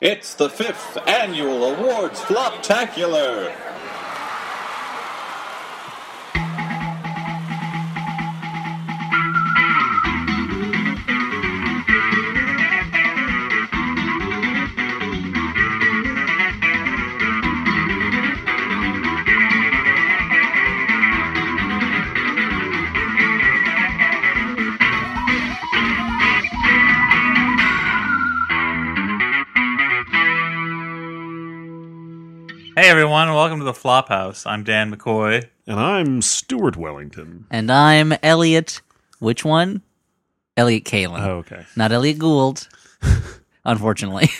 It's the fifth annual awards floptacular. Hey everyone, welcome to the Flophouse. I'm Dan McCoy. And I'm Stuart Wellington. And I'm Elliot. Which one? Elliot Kalin. Oh, okay. Not Elliot Gould. unfortunately.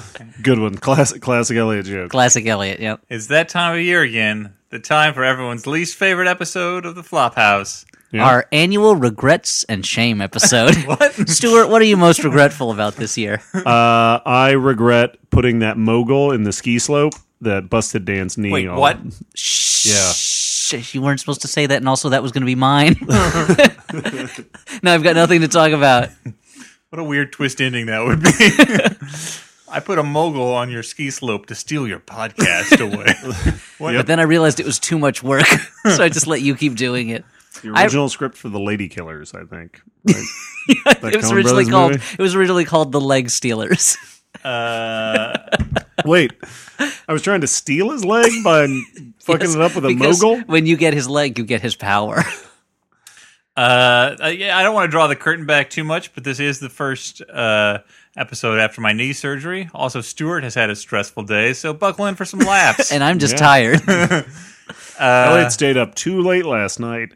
Good one. Classic classic Elliot joke. Classic Elliot, yep. It's that time of year again, the time for everyone's least favorite episode of the Flophouse. Yeah. Our annual regrets and shame episode. what? Stuart, what are you most regretful about this year? Uh, I regret putting that mogul in the ski slope that busted Dan's knee Wait, on. what? Yeah. Shh, you weren't supposed to say that, and also that was going to be mine. no, I've got nothing to talk about. What a weird twist ending that would be. I put a mogul on your ski slope to steal your podcast away. what? But then I realized it was too much work, so I just let you keep doing it. The I- original script for the Lady Killers, I think. Right? That It was Coen originally Brothers called. movie? It was originally called the Leg Stealers. Uh, Wait, I was trying to steal his leg by fucking it up with a Because mogul. When you get his leg, you get his power. uh, uh, yeah, I don't want to draw the curtain back too much, but this is the first uh, episode after my knee surgery. Also, Stuart has had a stressful day, so buckle in for some laughs. and I'm just Yeah. tired. uh, Elliot stayed up too late last night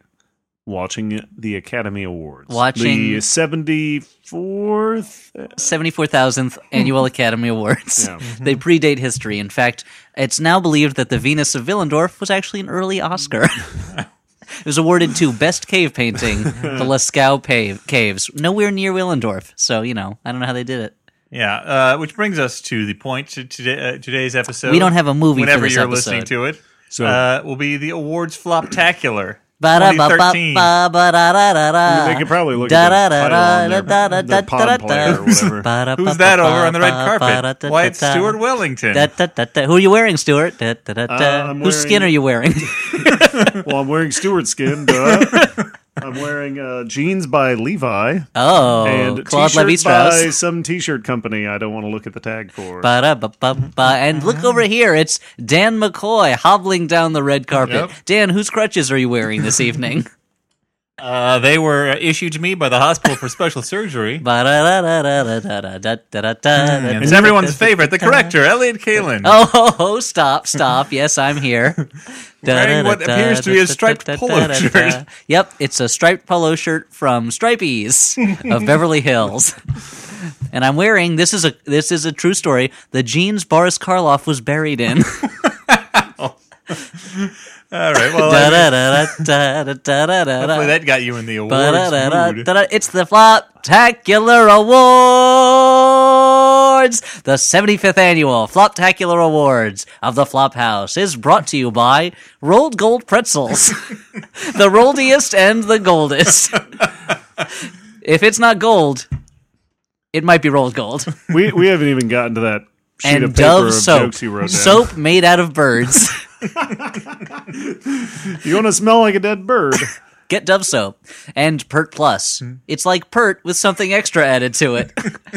watching the Academy Awards. Watching- the seventy fourth. 74,000th Annual Academy Awards. Yeah. They predate history. In fact, it's now believed that the Venus of Willendorf was actually an early Oscar. it was awarded to Best Cave Painting, the Lascaux pave- Caves, nowhere near Willendorf. So, you know, I don't know how they did it. Yeah, uh, which brings us to the point to today, uh, today's episode. We don't have a movie for Whenever this you're episode. listening to it, So- uh, will be the awards floptacular. Ba-da-ba-ba-ba, 2013. ba-da-da-da-da. They could probably look at the title on their, Da-da-da-da-da-da-da-da-da. their pod player or whatever. Who's that over on the red carpet? Why it's Stuart Wellington. Da, da, da, da. Who are you wearing, Stuart? Da, da, da, da. Uh, I'm Whose skin wearing- are you wearing? Well, I'm wearing Stewart skin. Duh. I'm wearing uh, jeans by Levi oh, and Claude t-shirt Levi by Strauss. some T-shirt company. I don't want to look at the tag for. And look Uh-huh. over here. It's Dan McCoy hobbling down the red carpet. Dan, whose crutches are you wearing this evening? Uh, they were issued to me by the hospital for special surgery. And it's It's everyone's favorite, the corrector, Elliot Kalin. Oh, oh, oh, stop, stop. Yes, I'm here. Wearing what appears to be a striped polo shirt. Yep, it's a striped polo shirt from Stripeys of Beverly Hills. And I'm wearing this is a this is a true story. The jeans Boris Karloff was buried in. All right, well, Oh, I mean, hopefully Da-da-da-da-da-da-da-da. that got you in the awards mood. Ba-da-da-da-da-da. It's the Floptacular Awards! The 75th annual Floptacular Awards of the Flophouse is brought to you by Rolled Gold Pretzels. the rolliest and the goldest. if it's not gold, it might be rolled gold. we we haven't even gotten to that sheet and of paper Dove of soap. jokes you wrote down. Soap made out of birds. You want to smell like a dead bird? Get Dove soap and Pert Plus. Hmm. It's like Pert with something extra added to it.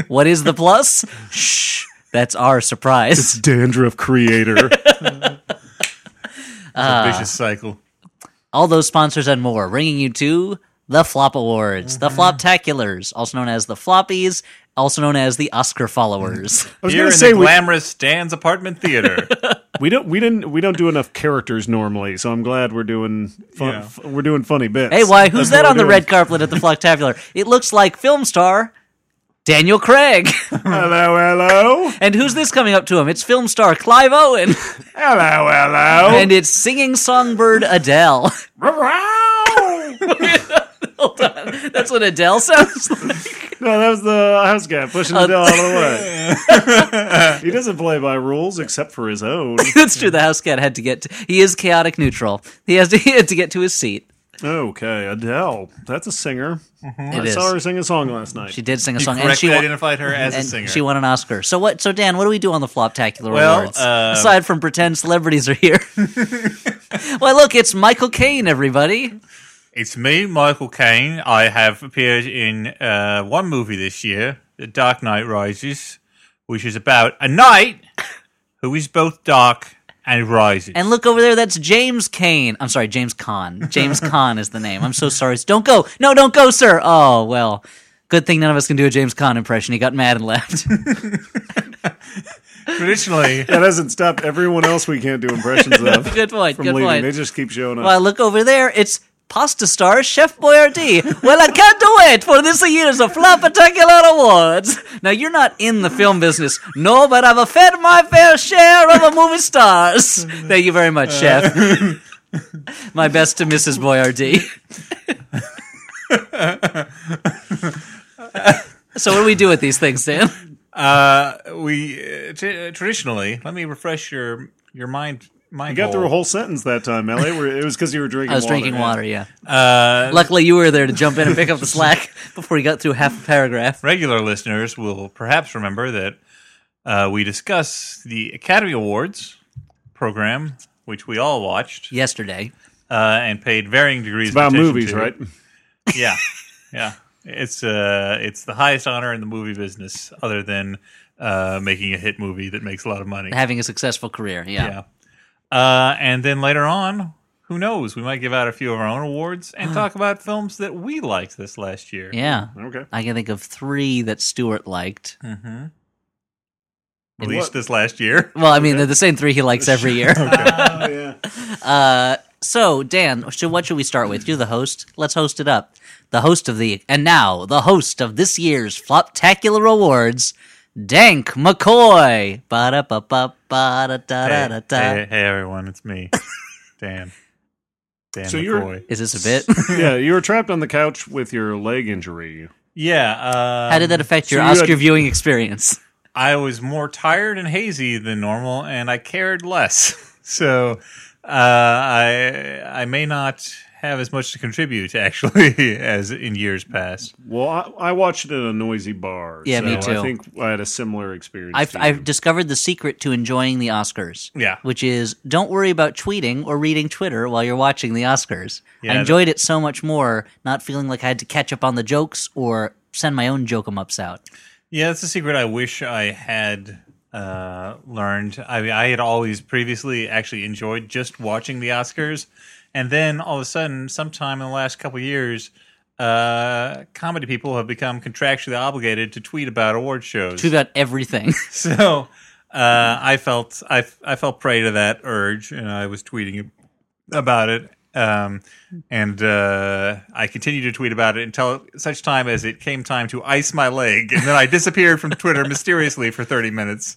what is the plus? Shh, that's our surprise. Dandruff creator. It's a vicious cycle. All those sponsors and more bringing you to the Flop Awards, Uh-huh. the Floptaculars, also known as the Floppies, also known as the Oscar followers. I was Here going in to say the we, glamorous Stan's apartment theater. we don't we didn't we don't do enough characters normally, so I'm glad we're doing fun, Yeah. f- we're doing funny bits. hey, why? Who's That's what that on we're the doing. red carpet at the Floctacular? it looks like film star Daniel Craig. Hello, hello, and who's this coming up to him? It's film star Clive Owen. hello, hello. and it's singing songbird Adele. That's what Adele sounds like. No, that was the house guy pushing Uh, the doll out of the way. he doesn't play by rules except for his own. Hmm. That's true. The house cat had to get. To, he is chaotic neutral. He has to. He had to get to his seat. Okay, Adele. That's a singer. I Hmm. It is. saw her sing a song last night. She did sing a You song, correctly and she won, identified her as a and singer. she won an Oscar. So what? So Dan, what do we do on the Floptacular Well, Awards uh, aside from pretend celebrities are here? Why, look, it's Michael Caine, everybody. It's me, Michael Caine. I have appeared in uh, one movie this year, The Dark Knight Rises, which is about a knight who is both dark and rises. And look over there, that's James Caine. I'm sorry, James Kahn. James Kahn is the name. I'm so sorry. Don't go. No, don't go, sir. Oh, well. Good thing none of us can do a James Kahn impression. He got mad and left. Traditionally, that hasn't stopped everyone else we can't do impressions of good point. from good leaving. point. They just keep showing up. Well, I look over there. It's pasta star Chef Boyardee. well, I can't wait for this year's Floptacular Awards. Now, you're not in the film business, no, but I've fed my fair share of the movie stars. Thank you very much, Chef. my best to Mrs. Boyardee. so, what do we do with these things, Dan? uh, we uh, t- uh, traditionally. Let me refresh your your mind. Mind you got through a hole. whole sentence that time, Ellie. Where it was because you were drinking. I was water, drinking man. water, yeah. Uh, Luckily, you were there to jump in and pick up the slack before he got through half a paragraph. regular listeners will perhaps remember that uh, we discuss the Academy Awards program, which we all watched Yesterday. uh, and paid varying degrees It's of about attention movies, to. right? Yeah, yeah. It's uh, it's the highest honor in the movie business, other than uh, making a hit movie that makes a lot of money. having a successful career. Yeah. Yeah. Uh, and then later on, who knows? We might give out a few of our own awards and talk about films that we liked this last year. Yeah. Okay. I can think of three that Stewart liked. Released this last year. Well, I mean, they're the same three he likes every year. oh yeah. Uh, so, Dan, should, what should we start with? You, the host. Let's host it up. The host of the, and now the host of this year's Floptacular Awards, Dank McCoy. Ba-da-ba-ba, Hey, ba-da-da-da-da. hey, hey, everyone, it's me, Dan. Dan So you're- McCoy. Is this a bit? Yeah, you were trapped on the couch with your leg injury. Yeah. Uh, How did that affect your you had- Oscar viewing experience? I was more tired and hazy than normal, and I cared less. So uh, I I may not have as much to contribute actually as in years past. Well, I, I watched it at a noisy bar. Yeah, so me too. I think I had a similar experience. I've, to I've you. discovered the secret to enjoying the Oscars. Yeah. Which is don't worry about tweeting or reading Twitter while you're watching the Oscars. Yeah, I enjoyed it so much more, not feeling like I had to catch up on the jokes or send my own joke em ups out. Yeah, that's a secret I wish I had uh, learned. I mean, I had always previously actually enjoyed just watching the Oscars, and then all of a sudden, sometime in the last couple of years. Uh, comedy people have become contractually obligated to tweet about award shows. Tweet about everything. So uh, I felt I, I felt prey to that urge, and I was tweeting about it. Um, and uh, I continued to tweet about it until such time as it came time to ice my leg, and then I disappeared from Twitter mysteriously for thirty minutes.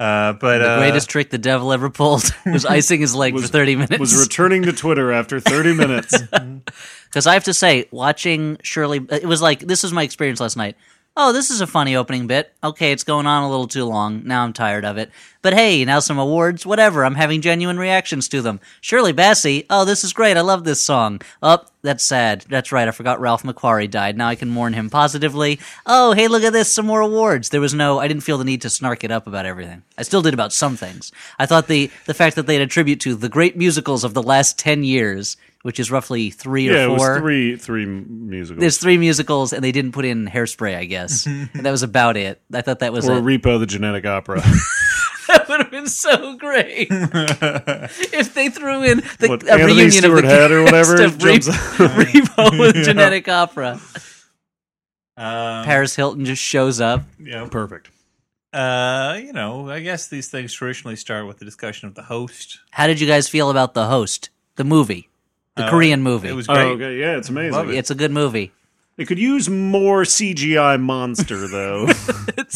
Uh, but the uh, greatest trick the devil ever pulled was icing his leg for 30 minutes. was returning to Twitter after 30 minutes. Because I have to say, watching Shirley, it was like this was my experience last night. Oh, this is a funny opening bit. Okay, it's going on a little too long. Now I'm tired of it. But hey, now some awards, whatever. I'm having genuine reactions to them. Shirley Bassey, oh, this is great. I love this song. Oh, that's sad. That's right. I forgot Ralph McQuarrie died. Now I can mourn him positively. Oh, hey, look at this. Some more awards. There was no, I didn't feel the need to snark it up about everything. I still did about some things. I thought the, the fact that they had a tribute to the great musicals of the last 10 years, which is roughly three or yeah, it four was three three musicals. there's three musicals and they didn't put in hairspray i guess and that was about it i thought that was or it. Repo the Genetic Opera. that would have been so great if they threw in the What, a Anthony reunion Stewart of the Head or cast whatever of Re- jumps out. repo with genetic opera uh, paris hilton just shows up yeah, Perfect. uh, you know, I guess these things traditionally start with the discussion of the host. how did you guys feel about the host the movie the korean movie Uh, It was Oh, great. okay. Yeah, it's amazing. Love it. it's a good movie They could use more CGI monster though,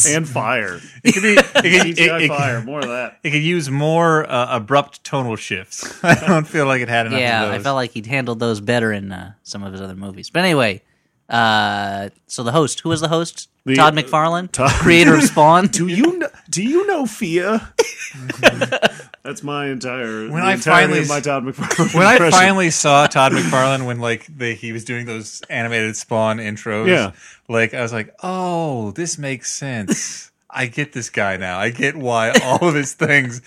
and fire. It could be it could- it- CGI it- fire, more of that. it could use more uh, abrupt tonal shifts. I don't feel like it had enough. yeah of i those. felt like he'd handled those better in uh, some of his other movies but anyway uh, so the host who was the host The- todd mcfarlane Todd- creator of spawn Do you know, do you know fear? That's my entire When the I entirety finally of my s- Todd McFarlane. when I impression. finally saw Todd McFarlane when like the, he was doing those animated Spawn intros, Yeah. like I was like, oh, this makes sense. I get this guy now. I get why all of his things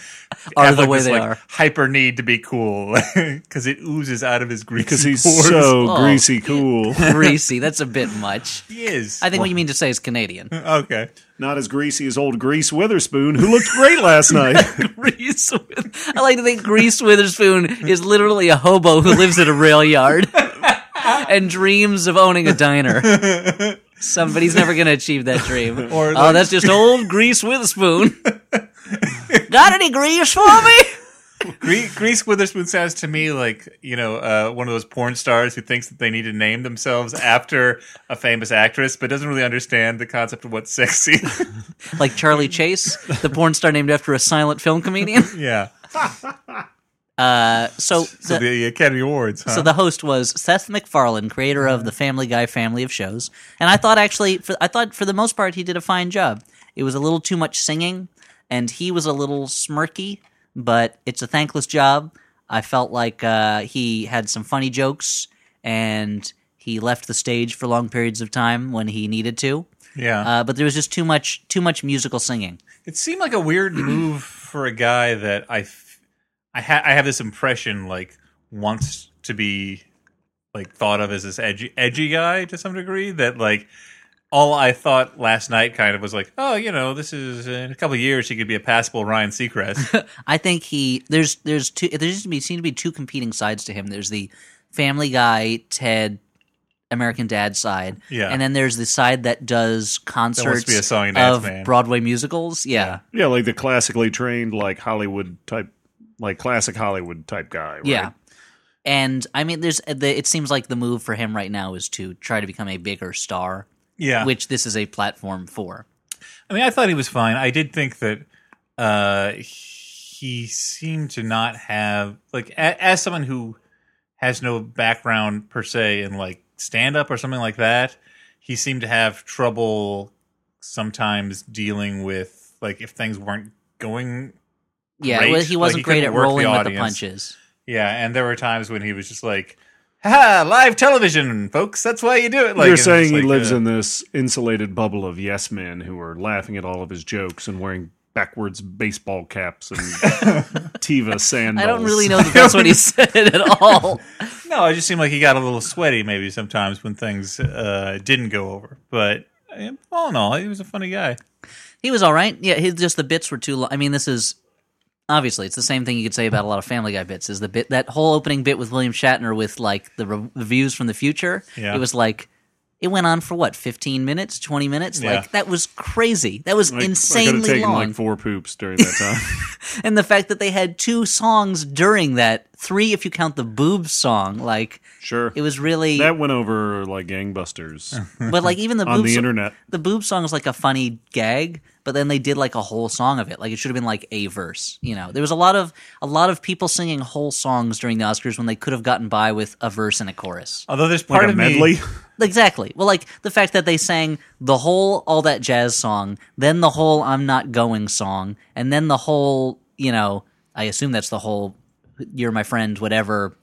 Are have, the like, way this, they like, are. Hyper need to be cool because it oozes out of his greasy because he's pores. so Oh. greasy cool, greasy. That's a bit much. he is I think what you mean to say is Canadian. okay. not as greasy as old Grease Witherspoon, who looked great last night. Reese With- I like to think Reese Witherspoon is literally a hobo who lives in a rail yard and dreams of owning a diner. Somebody's never going to achieve that dream. Or oh, like- that's just old Grease Witherspoon. Got any grease for me? Gre- Grease Witherspoon sounds to me like you know uh, one of those porn stars who thinks that they need to name themselves after a famous actress, but doesn't really understand the concept of what's sexy. Like Charlie Chase, the porn star named after a silent film comedian. yeah. Uh, so, So the, the, Academy Awards. Huh? so the host was Seth MacFarlane, creator of the Family Guy family of shows, and I thought actually, for, I thought for the most part he did a fine job. It was a little too much singing, and he was a little smirky, but it's a thankless job. I felt like uh, he had some funny jokes, and he left the stage for long periods of time when he needed to. yeah, Uh, but there was just too much, too much musical singing. it seemed like a weird move for a guy that I, f- I, ha- I have this impression like wants to be like thought of as this edgy, edgy guy to some degree. That like all I thought last night kind of was like, oh, you know, this is in a couple of years he could be a passable Ryan Seacrest. I think he there's there's two there seems to be seem to be two competing sides to him. There's the Family Guy, Ted, American Dad side, Yeah. and then there's the side that does concerts be a song and dance of man. Broadway musicals. Yeah. Yeah, like the classically trained, like Hollywood type, like classic Hollywood type guy. Right? Yeah. And I mean, there's the, it seems like the move for him right now is to try to become a bigger star, yeah, which this is a platform for. I mean, I thought he was fine. I did think that uh, he seemed to not have like a, as someone who has no background per se in like stand up or something like that. He seemed to have trouble sometimes dealing with like if things weren't going. Yeah, Great. well, he Like, wasn't he great couldn't at work the rolling with the audience. punches. Yeah, and there were times when he was just like, "Ha, live television, folks. That's why you do it." Like You're and it's saying he like, lives uh, in this insulated bubble of yes men who are laughing at all of his jokes and wearing backwards baseball caps and Tiva sandals. I don't really know that that's what he said at all. No, it just seemed like he got a little sweaty maybe sometimes when things uh, didn't go over. But eh, all in all, he was a funny guy. He was all right. Yeah, his just the bits were too long. I mean, this is obviously it's the same thing you could say about a lot of Family Guy bits. Is the bit that whole opening bit with William Shatner with like the re- reviews from the future? Yeah. It was like it went on for what fifteen minutes, twenty minutes. Yeah. Like that was crazy. That was Like, I could have insanely taken long. like four poops during that time. and the fact that they had two songs during that, three if you count the boob song, like sure. it was really. that went over like gangbusters but like even the on boob the so- internet. the boob song is like a funny gag but then they did like a whole song of it like it should have been like a verse you know there was a lot of a lot of people singing whole songs during the oscars when they could have gotten by with a verse and a chorus Although there's part Like a of me- medley. exactly well like the fact that they sang the whole all that jazz song then the whole i'm not going song and then the whole you know i assume that's the whole you're my friend whatever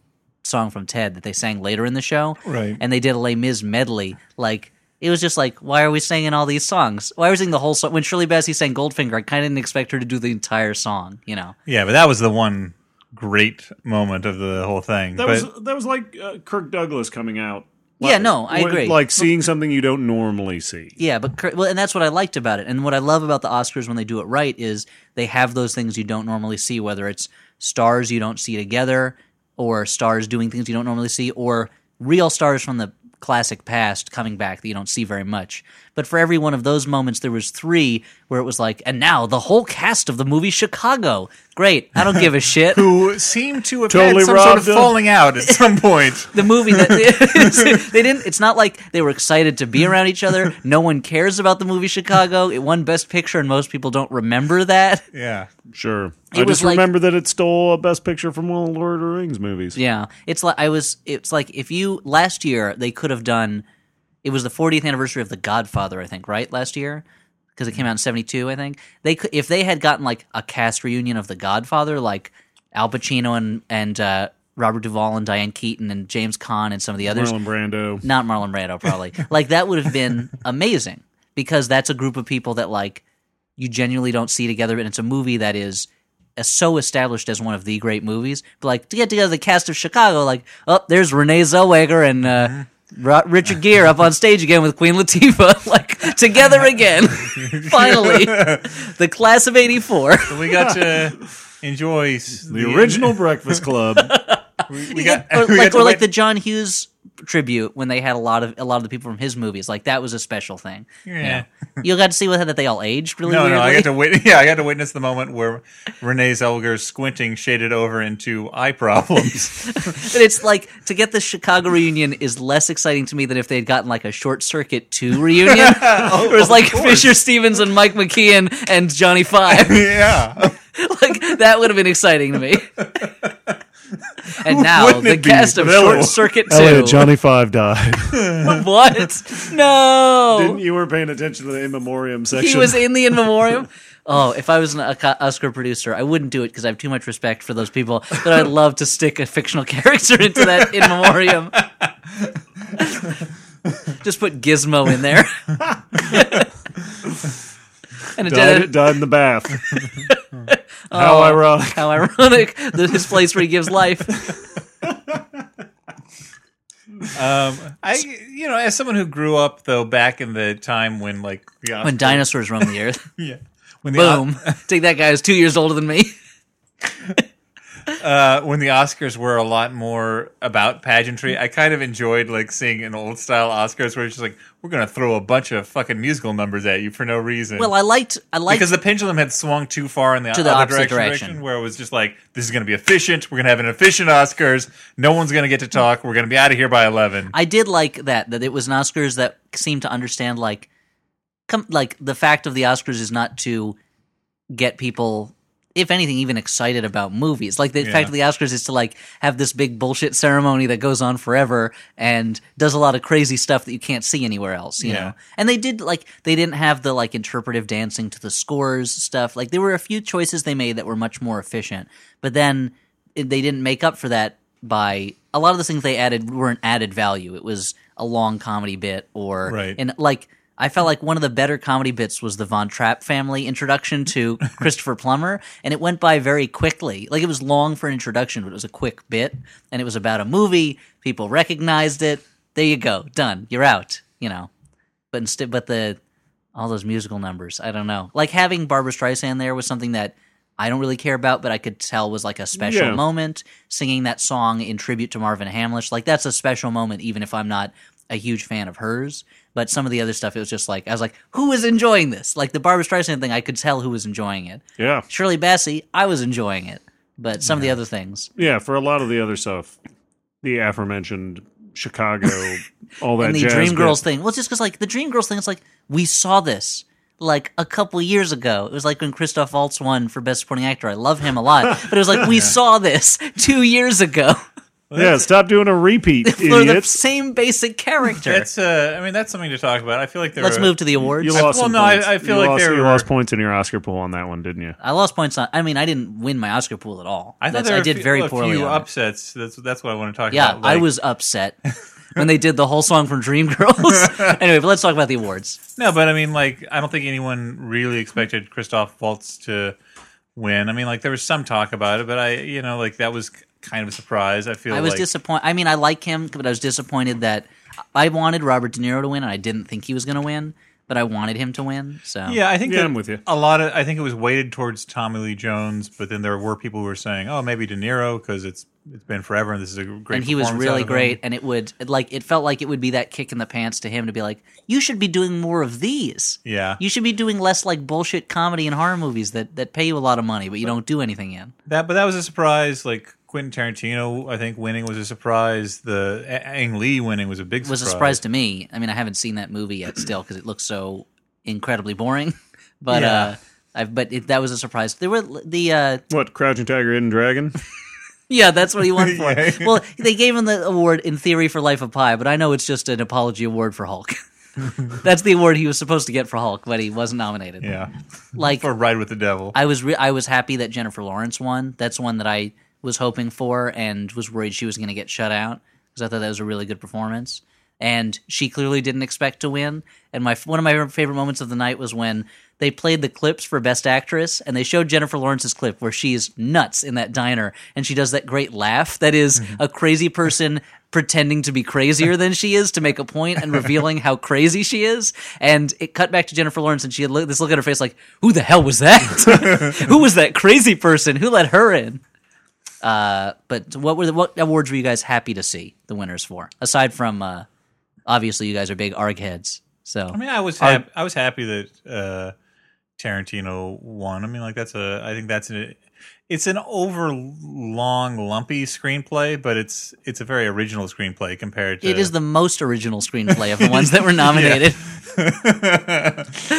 song from ted that they sang later in the show Right. and they did a Les Mis medley. Like it was just like, why are we singing all these songs? Why are we singing the whole song? When Shirley Bassey sang Goldfinger, I kind of didn't expect her to do the entire song. You know, yeah, but that was the one great moment of the whole thing. That but was that was like uh, Kirk Douglas coming out. Yeah, Like- no, I agree. Like seeing something you don't normally see. yeah. But cur- well, and that's what I liked about it. And what I love about the Oscars when they do it right is they have those things you don't normally see, whether it's stars you don't see together, or stars doing things you don't normally see, or real stars from the classic past coming back that you don't see very much. But for every one of those moments there was 3 where it was like and now the whole cast of the movie Chicago. Great. I don't give a shit. who seemed to have Totally had some sort of robbed him. falling out at some point. the movie that they didn't it's not like they were excited to be around each other no one cares about the movie chicago it won best picture and most people don't remember that Yeah. Sure. It I was just like- remember that it stole a Best Picture from one of the Lord of the Rings movies. yeah it's like i was it's like if you last year they could have done it was the 40th anniversary of the godfather i think right last year because it came out in 72 i think they could if they had gotten like a cast reunion of the godfather like al pacino and and uh, robert duvall and diane keaton and james Caan and some of the others Marlon Brando. not marlon brando probably like that would have been amazing because that's a group of people that like you genuinely don't see together and it's a movie that is uh, so established as one of the great movies but like to get together the cast of chicago like oh there's renee zellweger and uh, Mm-hmm. Ro- Richard Gere up on stage again with Queen Latifah, like together again. Finally, the class of '84. We got to enjoy s- The original Breakfast Club. We, we got, or we got like, or to like wit- the John Hughes tribute when they had a lot of a lot of the people from his movies. Like that was a special thing. Yeah. you got to see whether that they all aged really. No, no, I weirdly. got to wit- Yeah, I got to witness the moment where Renee Zellweger's squinting shaded over into eye problems. But it's like to get the Chicago reunion is less exciting to me than if they'd gotten like a Short Circuit Two reunion. Oh, it was like Fisher Stevens and Mike McKeon and Johnny Five. yeah, like that would have been exciting to me. and now Wouldn't the it be? cast of No. Short Circuit Two. Elliot, Johnny Five died. what? No. Didn't you were paying attention to the in memoriam section? Oh. He was in the in memoriam. Oh, if I was an Oca- Oscar producer, I wouldn't do it because I have too much respect for those people. But I'd love to stick a fictional character into that in memoriam. Just put Gizmo in there. and a died, dead, died in the bath. How ironic. how ironic that his place where he gives life. I, you know, as someone who grew up though back in the time when like the Oscar- When dinosaurs roam the earth, yeah, when the O- boom! Take that guy who's two years older than me. uh, when the Oscars were a lot more about pageantry, I kind of enjoyed like seeing an old style Oscars where it's just like we're gonna throw a bunch of fucking musical numbers at you for no reason. Well, I liked, I liked because the pendulum had swung too far in the, To the other opposite direction, direction. direction, where it was just like this is going to be efficient we're going to have an efficient oscars no one's going to get to talk we're going to be out of here by 11 I did like that that it was an Oscars that seemed to understand like com- like the fact of the Oscars is not to get people if anything even excited about movies. Like the fact of the Oscars is to like have this big bullshit ceremony that goes on forever and does a lot of crazy stuff that you can't see anywhere else, you Yeah. know. And they did like they didn't have the like interpretive dancing to the scores stuff. Like there were a few choices they made that were much more efficient, but then it, they didn't make up for that by a lot of the things they added weren't added value. It was a long comedy bit or Right. an like I felt like one of the better comedy bits was the Von Trapp family introduction to Christopher Plummer, and it went by very quickly. Like it was long for an introduction, but it was a quick bit, and it was about a movie. People recognized it. There you go, done. You're out. You know, but instead, but the all those musical numbers. I don't know. Like having Barbara Streisand there was something that I don't really care about, but I could tell was like a special Yeah. moment. Singing that song in tribute to Marvin Hamlish, like that's a special moment, even if I'm not a huge fan of hers. But some of the other stuff, it was just like I was like, who is enjoying this? Like the Barbara Streisand thing, I could tell who was enjoying it. Yeah. Shirley Bassey, I was enjoying it, but some of the other things, Yeah, for a lot of the other stuff, the aforementioned Chicago, all that and the jazz. Dream bit. Girls thing. Well, it's just because like the Dream Girls thing, it's like we saw this like a couple years ago. It was like when Christoph Waltz won for Best Supporting Actor. I love him a lot, but it was like we saw this two years ago Yeah, stop doing a repeat, for the idiots. same basic character. that's uh i mean that's something to talk about i feel like there Let's are- move to the awards. You lost well, some no, I- points. I feel you like lost, there you were- lost points in your Oscar pool on that one, didn't you? I lost points on. I mean, I didn't win my Oscar pool at all. I thought That's- there were I did a few, very a poorly. few on it. upsets. That's that's what I want to talk Yeah, about. Like- I was upset when they did the whole song from Dreamgirls. anyway, but let's talk about the awards. no, but I mean, like, I don't think anyone really expected Christoph Waltz to win. I mean, like, there was some talk about it, but I, you know, like that was kind of a surprise. I feel I was like disappointed. I mean, I like him, but I was disappointed that I wanted Robert De Niro to win, and I didn't think he was going to win, but I wanted him to win. So Yeah, I think Yeah, that I'm with you. A lot of I think it was weighted towards Tommy Lee Jones, but then there were people who were saying, "Oh, maybe De Niro because it's it's been forever and this is a great." and he was performance out really of him." great, and it would like it felt like it would be that kick in the pants to him to be like, you should be doing more of these. Yeah. you should be doing less like bullshit comedy and horror movies that that pay you a lot of money, but you don't do anything in. That, but that was a surprise. Like Quentin Tarantino, I think winning was a surprise. The A- Ang Lee winning was a big was a surprise. surprise to me. I mean, I haven't seen that movie yet still because it looks so incredibly boring. But Yeah. uh, I've, but it, that was a surprise. There were l- the uh, What, Crouching Tiger, Hidden Dragon? yeah, that's what he won for. Yeah. Well, they gave him the award in theory for Life of Pi, but I know it's just an apology award for Hulk. That's the award he was supposed to get for Hulk, but he wasn't nominated. Yeah, Like for Ride with the Devil. I was re- I was happy that Jennifer Lawrence won. That's one that I was hoping for and was worried she was going to get shut out because I thought that was a really good performance. And she clearly didn't expect to win. And my one of my favorite moments of the night was when they played the clips for Best Actress, and they showed Jennifer Lawrence's clip where she is nuts in that diner, and she does that great laugh that is a crazy person pretending to be crazier than she is to make a point and revealing how crazy she is. And it cut back to Jennifer Lawrence, and she had look, this look at her face like, "Who the hell was that? Who was that crazy person? Who let her in?" Uh, but what were the, what awards were you guys happy to see the winners for? Aside from uh, obviously, you guys are big arg heads, so I mean, I was hap- I was happy that uh, Tarantino won. I mean, like that's a I think that's an it's an over long lumpy screenplay, but it's it's a very original screenplay compared to it is the most original screenplay of the ones that were nominated.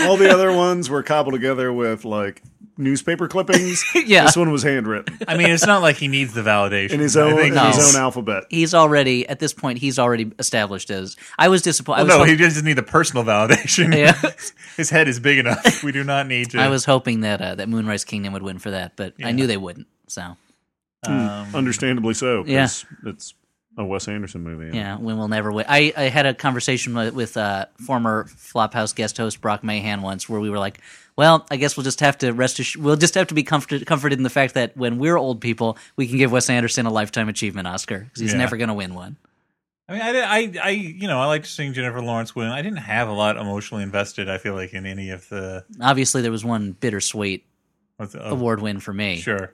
All the other ones were cobbled together with like newspaper clippings. Yeah. This one was handwritten I mean, it's not like he needs the validation in his I own think in No. his own alphabet. He's already at this point. He's already established as. I was disappointed. I was no, hoping- he doesn't need the personal validation. Yeah. His head is big enough. We do not need to. I was hoping that uh, that Moonrise Kingdom would win for that, but I knew they wouldn't. So Um, Hmm. Understandably so. 'cause Yeah. It's a Wes Anderson movie. yeah, we will never win. I, I had a conversation with, with uh, former Flophouse guest host Brock Mahan once, where we were like, "Well, I guess we'll just have to rest. Ass- we'll just have to be comforted comforted in the fact that when we're old people, we can give Wes Anderson a lifetime achievement Oscar because he's Yeah. never going to win one." I mean, I, did- I, I, you know, I liked seeing Jennifer Lawrence win. I didn't have a lot emotionally invested. I feel like in any of the, Obviously, there was one bittersweet what's the oh, award win for me Sure.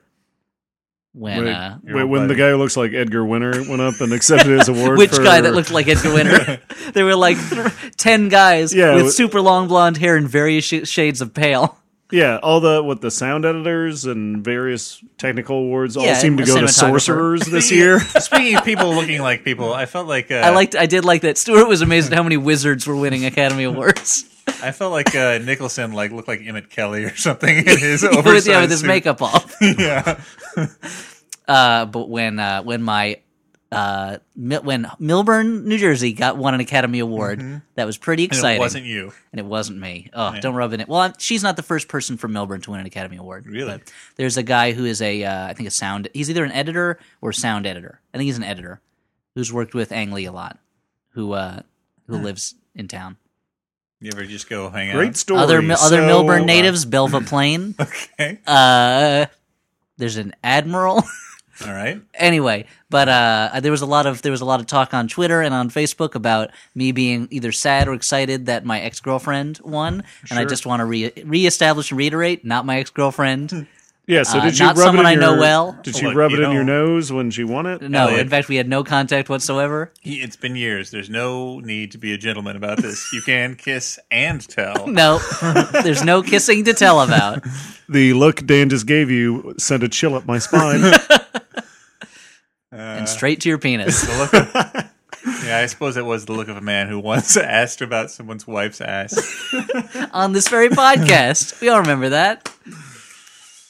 when Wait, uh, wait, Your when buddy. the guy who looks like Edgar Winter went up and accepted his award. Which for- guy that looked like Edgar Winter? they were like th- ten guys Yeah, it with was- super long blonde hair and various sh- shades of pale. Yeah, all the what the sound editors and various technical awards all Yeah, seem to a go to cinematographer. sorcerers this year. Speaking of people looking like people, I felt like uh, I liked, I did like that. Stewart was amazed at how many wizards were winning Academy Awards I felt like uh, Nicholson like looked like Emmett Kelly or something in his with, oversized yeah, with his suit. makeup off. Yeah. Uh, but when uh, when my uh, Mi- when Milburn, New Jersey, got won an Academy Award, that was pretty Mm-hmm. And exciting. It wasn't you. and it wasn't me. Oh, don't rub it in. Well, I'm, she's not the first person from Melbourne to win an Academy Award. Really? But there's a guy who is a, uh, I think a sound. He's either an editor or sound editor. I think he's an editor who's worked with Ang Lee a lot, who uh, who Hmm. lives in town. You ever just go hang out? Great story. Other Mi- other So, uh, Melbourne natives, Belva Plain. Okay. Uh, there's an admiral. All right. anyway, but uh, there was a lot of there was a lot of talk on Twitter and on Facebook about me being either sad or excited that my ex girlfriend won, and I just want to re- reestablish and reiterate, not my ex girlfriend. Yeah, so uh, did you rub not it in someone I know your- well. Did you Look, rub Oh, you it in your don't- nose when she won it? No, Elliot. in fact, we had no contact whatsoever. He- It's been years. There's no need to be a gentleman about this. You can kiss and tell. No, there's no kissing to tell about. The look Dan just gave you sent a chill up my spine. and straight to your penis. The look of- yeah, I suppose it was the look of a man who once asked about someone's wife's ass. on this very podcast. We all remember that.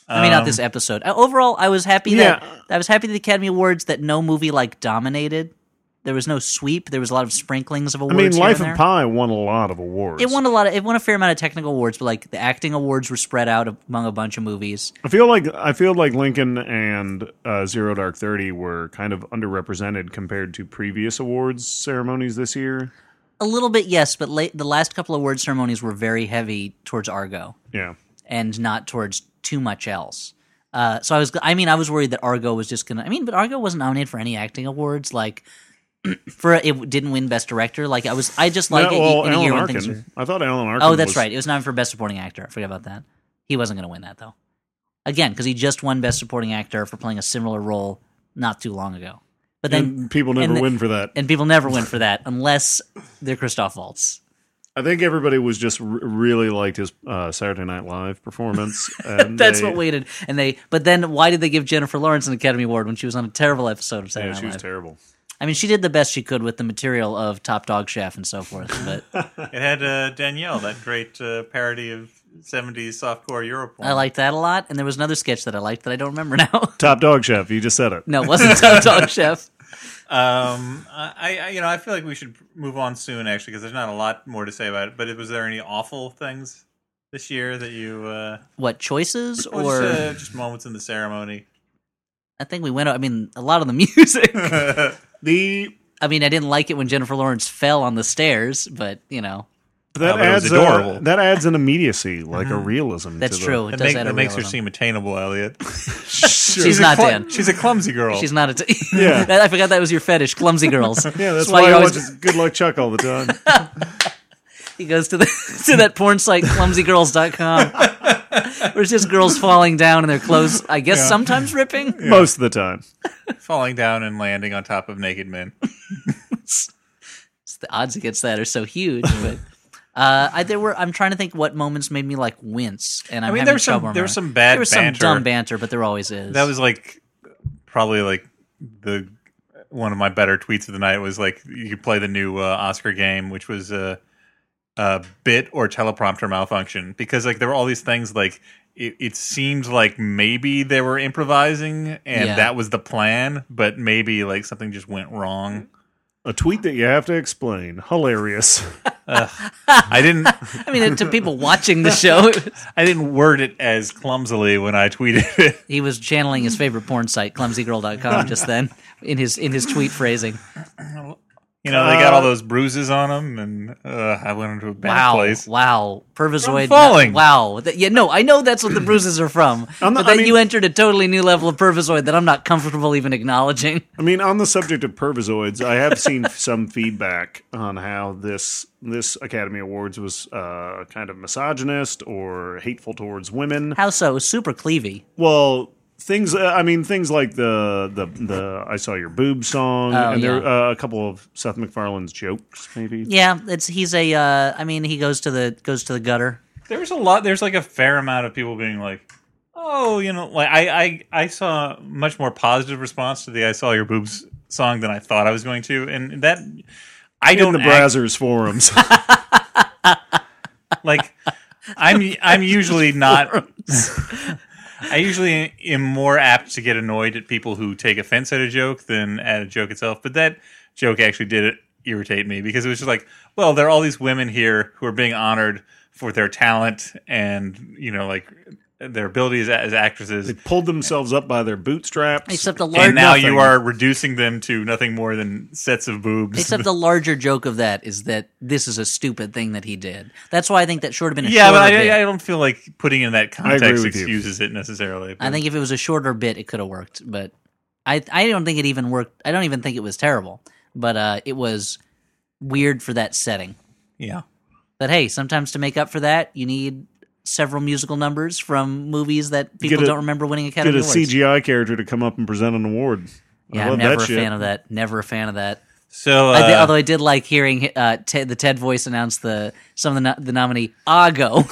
I mean, not this episode. Uh, Overall, I was happy Um, Yeah. that I was happy the Academy Awards that no movie like dominated. There was no sweep. There was a lot of sprinklings of I awards. mean, here Life and of there. Pi won a lot of awards. It won a lot. Of, it won a fair amount of technical awards, but like the acting awards were spread out among a bunch of movies. I feel like I feel like Lincoln and uh, Zero Dark Thirty were kind of underrepresented compared to previous awards ceremonies this year. A little bit, yes, but late, the last couple award ceremonies were very heavy towards Argo. Yeah, and not towards too much else. Uh, so I was, I mean, I was worried that Argo was just gonna. I mean, but Argo wasn't nominated for any acting awards. Like, for it didn't win Best Director. Like, I was, I just like No, it Uh, well, in a Alan year when Arkin. things are. I thought Alan Arkin. Oh, that's was- right. It was nominated for Best Supporting Actor. I forgot about that. He wasn't gonna win that though. Again, because he just won Best Supporting Actor for playing a similar role not too long ago. But then, And people never and the- win for that. and people never win for that unless they're Christoph Waltz. I think everybody was just r- really liked his uh, Saturday Night Live performance. And That's they- what waited, and they. But then, why did they give Jennifer Lawrence an Academy Award when she was on a terrible episode of Saturday Yeah, Night she was Live? terrible. I mean, she did the best she could with the material of Top Dog Chef and so forth. But It had uh, Danielle, that great uh, parody of 70s softcore Europe. I liked that a lot. And there was another sketch that I liked that I don't remember now. Top Dog Chef. You just said it. no, it wasn't Top Dog Chef. Um, I, I, you know, I feel like we should move on soon, actually, because there's not a lot more to say about it. But was there any awful things this year that you, uh, What choices or, or? just, uh, just moments in the ceremony? I think we went. I mean, a lot of the music. The I mean, I didn't like it when Jennifer Lawrence fell on the stairs, but you know, that but it was adds adorable. A, that adds an immediacy, like a realism. Mm-hmm. that's to true. It That, does make, add a that makes her realism. seem attainable, Elliot. She's She's a not clum- Dan. She's a clumsy girl. She's not a. T- Yeah. I forgot that was your fetish, clumsy girls. The, yeah, that's why, you I always- watch Good Luck Chuck all the time. He goes to the to that porn site clumsygirls.com. Where it's just girls falling down and their clothes, I guess, sometimes ripping. Most of the time. falling down and landing on top of naked men. It's the odds against that are so huge. But uh, I, there were. I'm trying to think what moments made me like wince. And I'm mean, having there was some- trouble there was remembering. some bad There was banter. some dumb banter, but there always is. That was like probably like the one of my better tweets of the night was like you could play the new uh, Oscar game, which was a uh, uh, bit or teleprompter malfunction because like there were all these things like it, it seemed like maybe they were improvising and Yeah. that was the plan, but maybe like something just went wrong. A tweet that you have to explain. Hilarious. I didn't I mean, to people watching the show, it was- I didn't word it as clumsily when I tweeted it. he was channeling his favorite porn site, clumsygirl.com, just then in his in his tweet phrasing. You know, they got Uh, all those bruises on them, and uh, I went into a bad Wow! place. Wow! Pervisoid. From falling. Wow! Th- yeah, no, I know that's what the bruises are from. I'm not- but then I mean- you entered a totally new level of pervisoid that I'm not comfortable even acknowledging. I mean, on the subject of pervisoids, I have seen some feedback on how this this Academy Awards was uh, kind of misogynist or hateful towards women. How so? Super cleavy. Well, things. Uh, I mean, things like the the the I saw your boob song, Oh, and there yeah. uh, a couple of Seth MacFarlane's jokes, maybe. Yeah, it's he's a. Uh, I mean, he goes to the goes to the gutter. There was a lot. There's like a fair amount of people being like, "Oh, you know," like I, I, I saw much more positive response to the "I saw your boobs" song than I thought I was going to, and that I In don't the act- Brazzers forums. like I'm I'm usually not I usually am more apt to get annoyed at people who take offense at a joke than at a joke itself, but that joke actually did irritate me because it was just like, well, there are all these women here who are being honored for their talent and, you know, like their abilities as actresses. Pulled themselves up by their bootstraps. Except the large. And now nothing. you are reducing them to nothing more than sets of boobs. Except the larger joke of that is that this is a stupid thing that he did. That's why I think that should have been a yeah, shorter but bit. I, I don't feel like putting it in that agree context with you. excuses it necessarily. I think if it was a shorter bit, it could have worked. But I I don't think it even worked. I don't even think it was terrible. But uh, it was weird for that setting. yeah. But hey, sometimes to make up for that, you need several musical numbers from movies that people a- don't remember winning Academy Get a Awards. CGI character to come up and present an award. I yeah, love never that a shit. fan of that. Never a fan of that. So uh, I did- although I did like hearing uh, Ted, the Ted voice announce the some of the, no- the nominee Ago.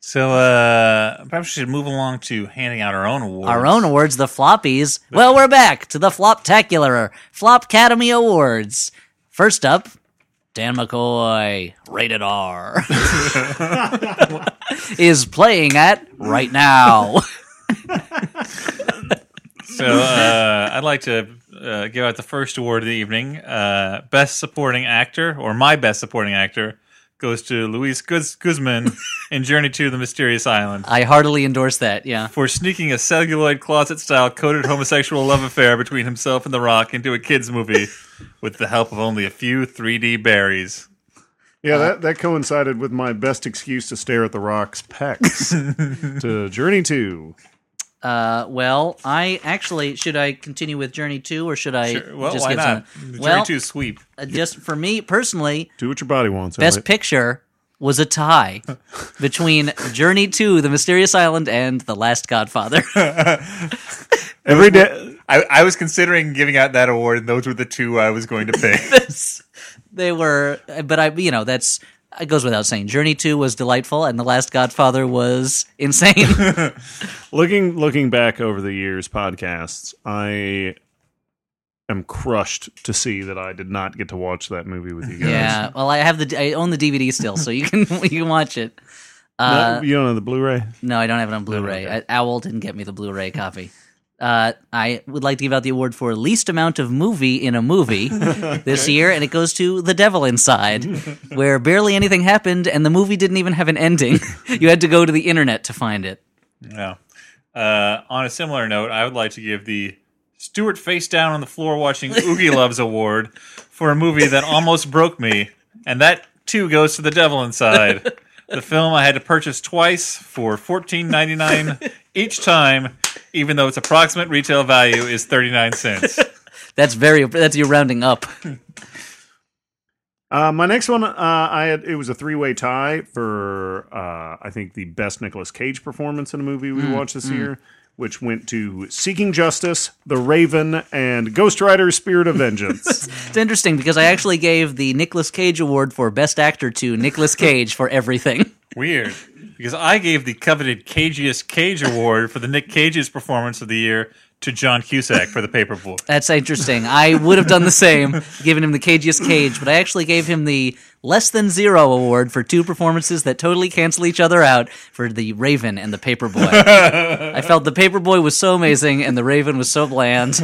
So uh perhaps we should move along to handing out our own awards. Our own awards, the floppies. Well, we're back to the Floptacular Flop Academy Awards. First up, Dan McCoy, rated R, is playing at right now. So uh, I'd like to uh, give out the first award of the evening, uh, best supporting actor, or my best supporting actor, goes to Luis Guz- Guzman in Journey to the Mysterious Island I heartily endorse that. Yeah, for sneaking a celluloid closet-style coded homosexual love affair between himself and The Rock into a kids movie with the help of only a few 3D berries. Yeah, that, that coincided with my best excuse to stare at the rock's pecs to Journey to. Uh, well, I actually should I continue with Journey Two, or should I Sure, Well, just why give not? some- Journey Well, 2 sweep. uh, just for me personally, Do what your body wants. Best Elliot. Picture was a tie between Journey to the Mysterious Island and The Last Godfather. Every day. I, I was considering giving out that award, and those were the two I was going to pick. they were, but I, you know, that's it goes without saying. Journey to was delightful, and The Last Godfather was insane. Looking looking back over the years podcasts, I am crushed to see that I did not get to watch that movie with you guys. yeah, well, I have the I own the DVD still, so you can you can watch it. uh, No, you don't know the Blu-ray? No, I don't have it on Blu-ray. Uh, okay. I, Owl didn't get me the Blu-ray copy. Uh, I would like to give out the award for least amount of movie in a movie this year, and it goes to The Devil Inside, where barely anything happened, and the movie didn't even have an ending. you had to go to the internet to find it. Yeah. Uh, on a similar note, I would like to give the Stewart face down on the floor watching Oogie Loves award for a movie that almost broke me, and that too goes to the devil inside. The film I had to purchase twice for fourteen ninety nine each time, even though its approximate retail value is thirty nine cents. That's very. That's you rounding up. Uh, my next one, uh, I had it was a three way tie for uh, I think the best Nicolas Cage performance in a movie we Mm, watched this year, which went to Seeking Justice, The Raven, and Ghost Rider: Spirit of Vengeance. It's interesting because I actually gave the Nicolas Cage award for best actor to Nicolas Cage for everything. Weird, because I gave the coveted Cagiest Cage award for the Nick Cage's performance of the year to John Cusack for The Paperboy. That's interesting. I would have done the same, given him the cagiest cage, but I actually gave him the less than zero award for two performances that totally cancel each other out for the Raven and the Paperboy. I felt the Paperboy was so amazing and the Raven was so bland,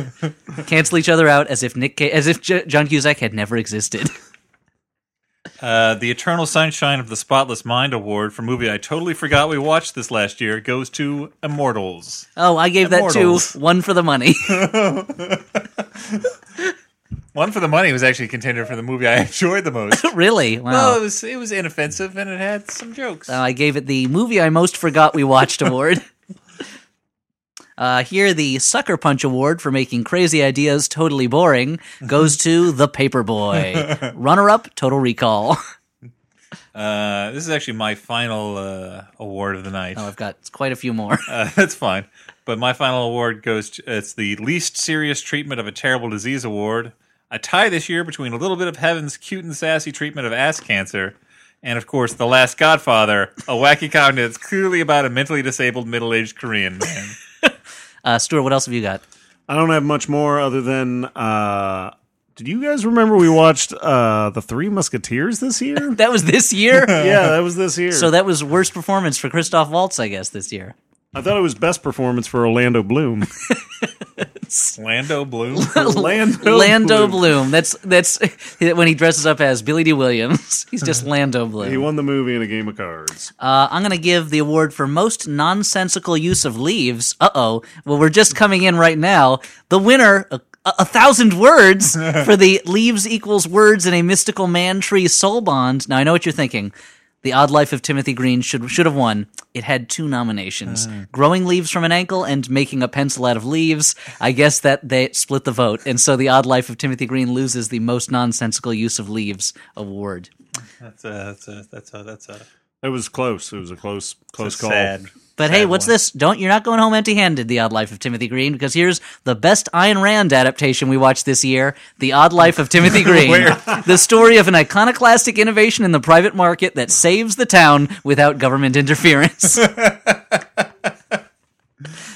cancel each other out as if Nick, Ca- as if J- John Cusack had never existed. Uh, the Eternal Sunshine of the Spotless Mind award for movie I totally forgot we watched this last year goes to Immortals. Oh, I gave that to Immortals. one for the money. One for the money was actually a contender for the movie I enjoyed the most. really? Wow. well, it was it was inoffensive and it had some jokes. Uh, I gave it the movie I most forgot we watched award. Uh, here, the Sucker Punch Award for making crazy ideas totally boring goes to The Paperboy. Runner up, Total Recall. Uh, this is actually my final uh, award of the night. I've got quite a few more. Uh, that's fine. But my final award goes to, it's the least serious treatment of a terrible disease award. A tie this year between a little bit of heaven's cute and sassy treatment of ass cancer and of course The Last Godfather, a wacky comedy that's clearly about a mentally disabled middle-aged Korean man. Uh, Stuart, what else have you got? I don't have much more other than. Uh, did you guys remember we watched uh, the Three Musketeers this year? That was this year? yeah, that was this year. so that was worst performance for Christoph Waltz, I guess, this year. I thought it was best performance for Orlando Bloom. Lando Bloom. Orlando, Lando Bloom. That's that's when he dresses up as Billy D. Williams. He's just Lando Bloom. Uh-huh. He won the movie in a game of cards. Uh, I'm going to give the award for most nonsensical use of leaves. Uh oh. Well, we're just coming in right now. The winner, a, a a thousand words for the leaves equals words in a mystical man tree soul bond. Now, I know what you're thinking. The Odd Life of Timothy Green should should have won. It had two nominations: growing leaves from an ankle and making a pencil out of leaves. I guess that they split the vote, and so The Odd Life of Timothy Green loses the most nonsensical use of leaves award. That's a that's a that's a that's a It was close. It was a close close call. sad. But hey, what's this? Don't you're not going home empty-handed. The Odd Life of Timothy Green, because here's the best Ayn Rand adaptation we watched this year: The Odd Life of Timothy Green, Where? the story of an iconoclastic innovation in the private market that saves the town without government interference.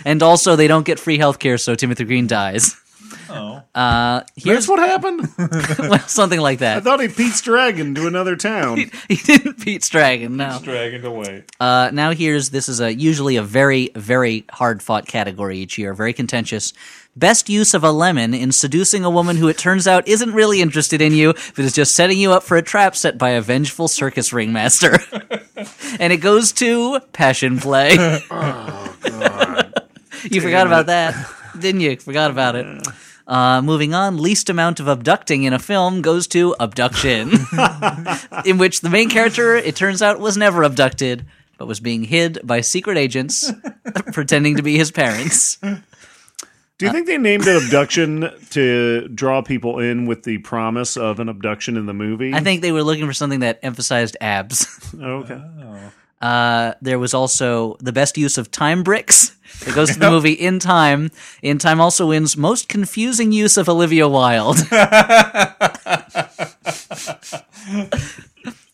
and also, they don't get free healthcare, so Timothy Green dies. Oh. Uh, That's here's what happened. well, something like I that. thought he Pete's dragon to another town. He didn't Pete's dragon. No. Dragged away. Uh, now here's this is a usually a very very hard fought category each year, very contentious. Best use of a lemon in seducing a woman who it turns out isn't really interested in you, but is just setting you up for a trap set by a vengeful circus ringmaster. and it goes to passion play. oh god! you forgot about that, didn't you? Forgot about it. Uh, moving on, least amount of abducting in a film goes to abduction in which the main character, it turns out, was never abducted, but was being hid by secret agents pretending to be his parents. Do you think they named it abduction to draw people in with the promise of an abduction in the movie? I think they were looking for something that emphasized abs. okay. Uh, there was also the best use of time bricks. It goes to the movie In Time. In Time also wins most confusing use of Olivia Wilde.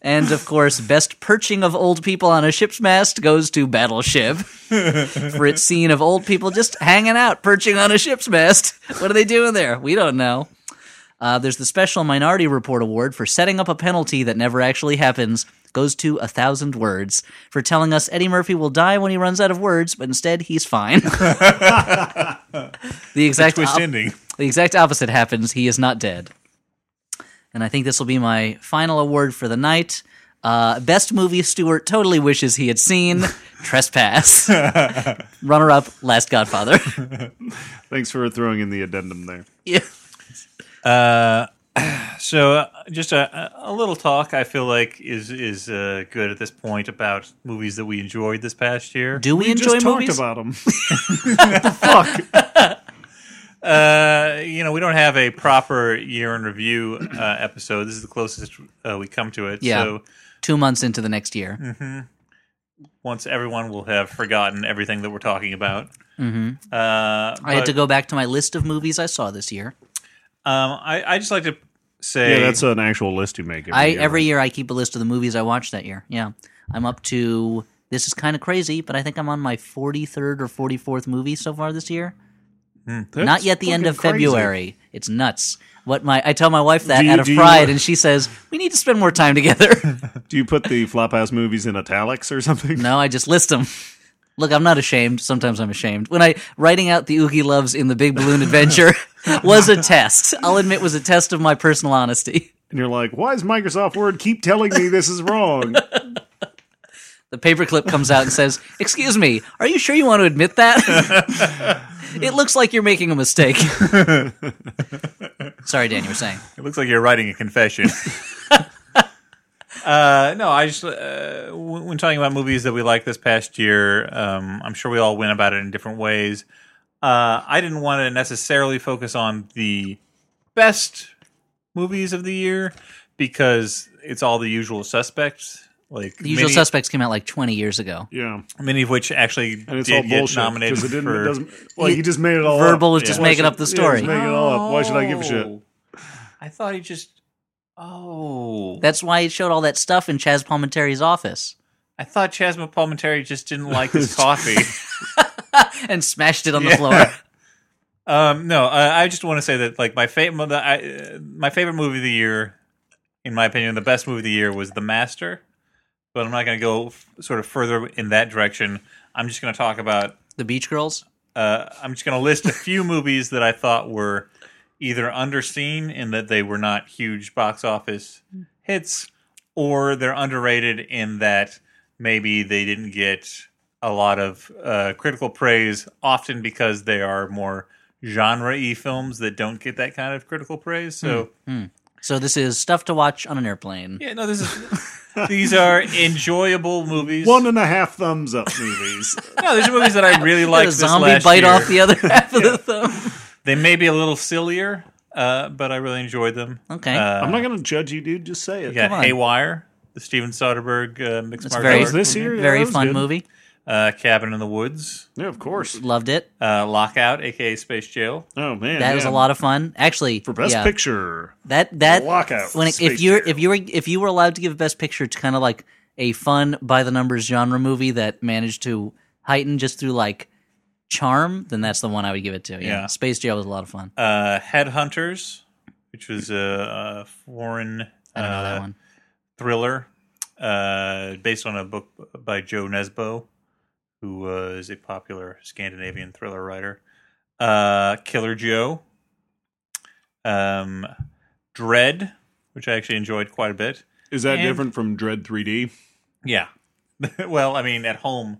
and of course, best perching of old people on a ship's mast goes to Battleship for its scene of old people just hanging out, perching on a ship's mast. What are they doing there? We don't know. Uh, there's the Special Minority Report Award for setting up a penalty that never actually happens, goes to a thousand words for telling us Eddie Murphy will die when he runs out of words, but instead he's fine. the exact Twist op- ending. the exact opposite happens. He is not dead. And I think this will be my final award for the night. Uh, best movie Stewart totally wishes he had seen Trespass. Runner up, Last Godfather. Thanks for throwing in the addendum there. yeah. So uh, just a, a little talk. I feel like is is uh, good at this point about movies that we enjoyed this past year. Do we, enjoy Just movies? talked about them. Fuck. Uh, you know, we don't have a proper year in review uh, episode. This is the closest uh, we come to it. Yeah. So Two months into the next year. once everyone will have forgotten everything that we're talking about. Mm-hmm. Uh, I had to go back to my list of movies I saw this year. Um, I I just like to say Yeah, that's an actual list you make. Every I year, every right? year I keep a list of the movies I watched that year. Yeah. I'm up to this is kind of crazy, but I think I'm on my 43rd or 44th movie so far this year. Hmm. That's Not yet the end fucking of crazy. February. It's nuts. What my I tell my wife that Do you- out of do you- pride, and she says we need to spend more time together. Do you put the Flophouse movies in italics or something? no, I just list them. Look, I'm not ashamed. Sometimes I'm ashamed. When I writing out the Oogie loves in the Big Balloon Adventure was a test. I'll admit was a test of my personal honesty. And you're like, why is Microsoft Word keep telling me this is wrong? The paperclip comes out and says, "Excuse me, are you sure you want to admit that? it looks like you're making a mistake." Sorry, Dan, you were saying. It looks like you're writing a confession. uh, no, I just uh, when when talking about movies that we liked this past year, um, I'm sure we all went about it in different ways. Uh, I didn't want to necessarily focus on the best movies of the year because it's all the usual suspects, like The Usual many, Suspects came out like 20 years ago. yeah, many of which actually and it's did all get bullshit nominated because it didn't. for it doesn't, like you just made it all. Verbal up. was just making up the Oh, Yeah, story. just making it all up. Why should I give a shit? Oh. I thought he just. Oh, That's why it showed all that stuff in Chaz Palminteri's office I thought Chasma Palmentary just didn't like his coffee. and smashed it on the floor. Um, no, I, I just want to say that like my favorite, I, uh, my favorite movie of the year, in my opinion, the best movie of the year was The Master. But I'm not going to go f- sort of further in that direction. I'm just going to talk about. The Beach Girls. Uh, I'm just going to list a few movies that I thought were either underseen in that they were not huge box office hits, or they're underrated in that maybe they didn't get a lot of uh, critical praise, often because they are more genre y films that don't get that kind of critical praise. So, So this is stuff to watch on an airplane. yeah, no, this is. These are enjoyable movies. One and a half thumbs up movies. Uh, no, these are movies that I really liked. a this zombie last bite year. off the other half of the thumb. They may be a little sillier, uh, but I really enjoyed them. Okay. Uh, I'm not gonna judge you, dude. Just say it. You got Come on. Haywire, the Steven Soderbergh uh, mixed That's martial very, arts, this year? Yeah, very that was fun good. movie. uh, Cabin in the Woods, Yeah, of course. Loved it. uh, Lockout, aka Space Jail. Oh man, That was yeah. a lot of fun. Actually, for best yeah, picture. That that Lockout, When it, if Space you're Jam. if you were if you were allowed to give best picture to kind of like a fun by the numbers genre movie that managed to heighten just through like charm, then that's the one I would give it to. Yeah, Yeah. Space Jail was a lot of fun. Uh, Headhunters, which was a, a foreign I don't know uh, that one. thriller uh, based on a book by Joe Nesbo, who was a popular Scandinavian thriller writer. Uh, Killer Joe, um, Dread, which I actually enjoyed quite a bit. Is that And- different from Dread 3D? Yeah. well, I mean, at home,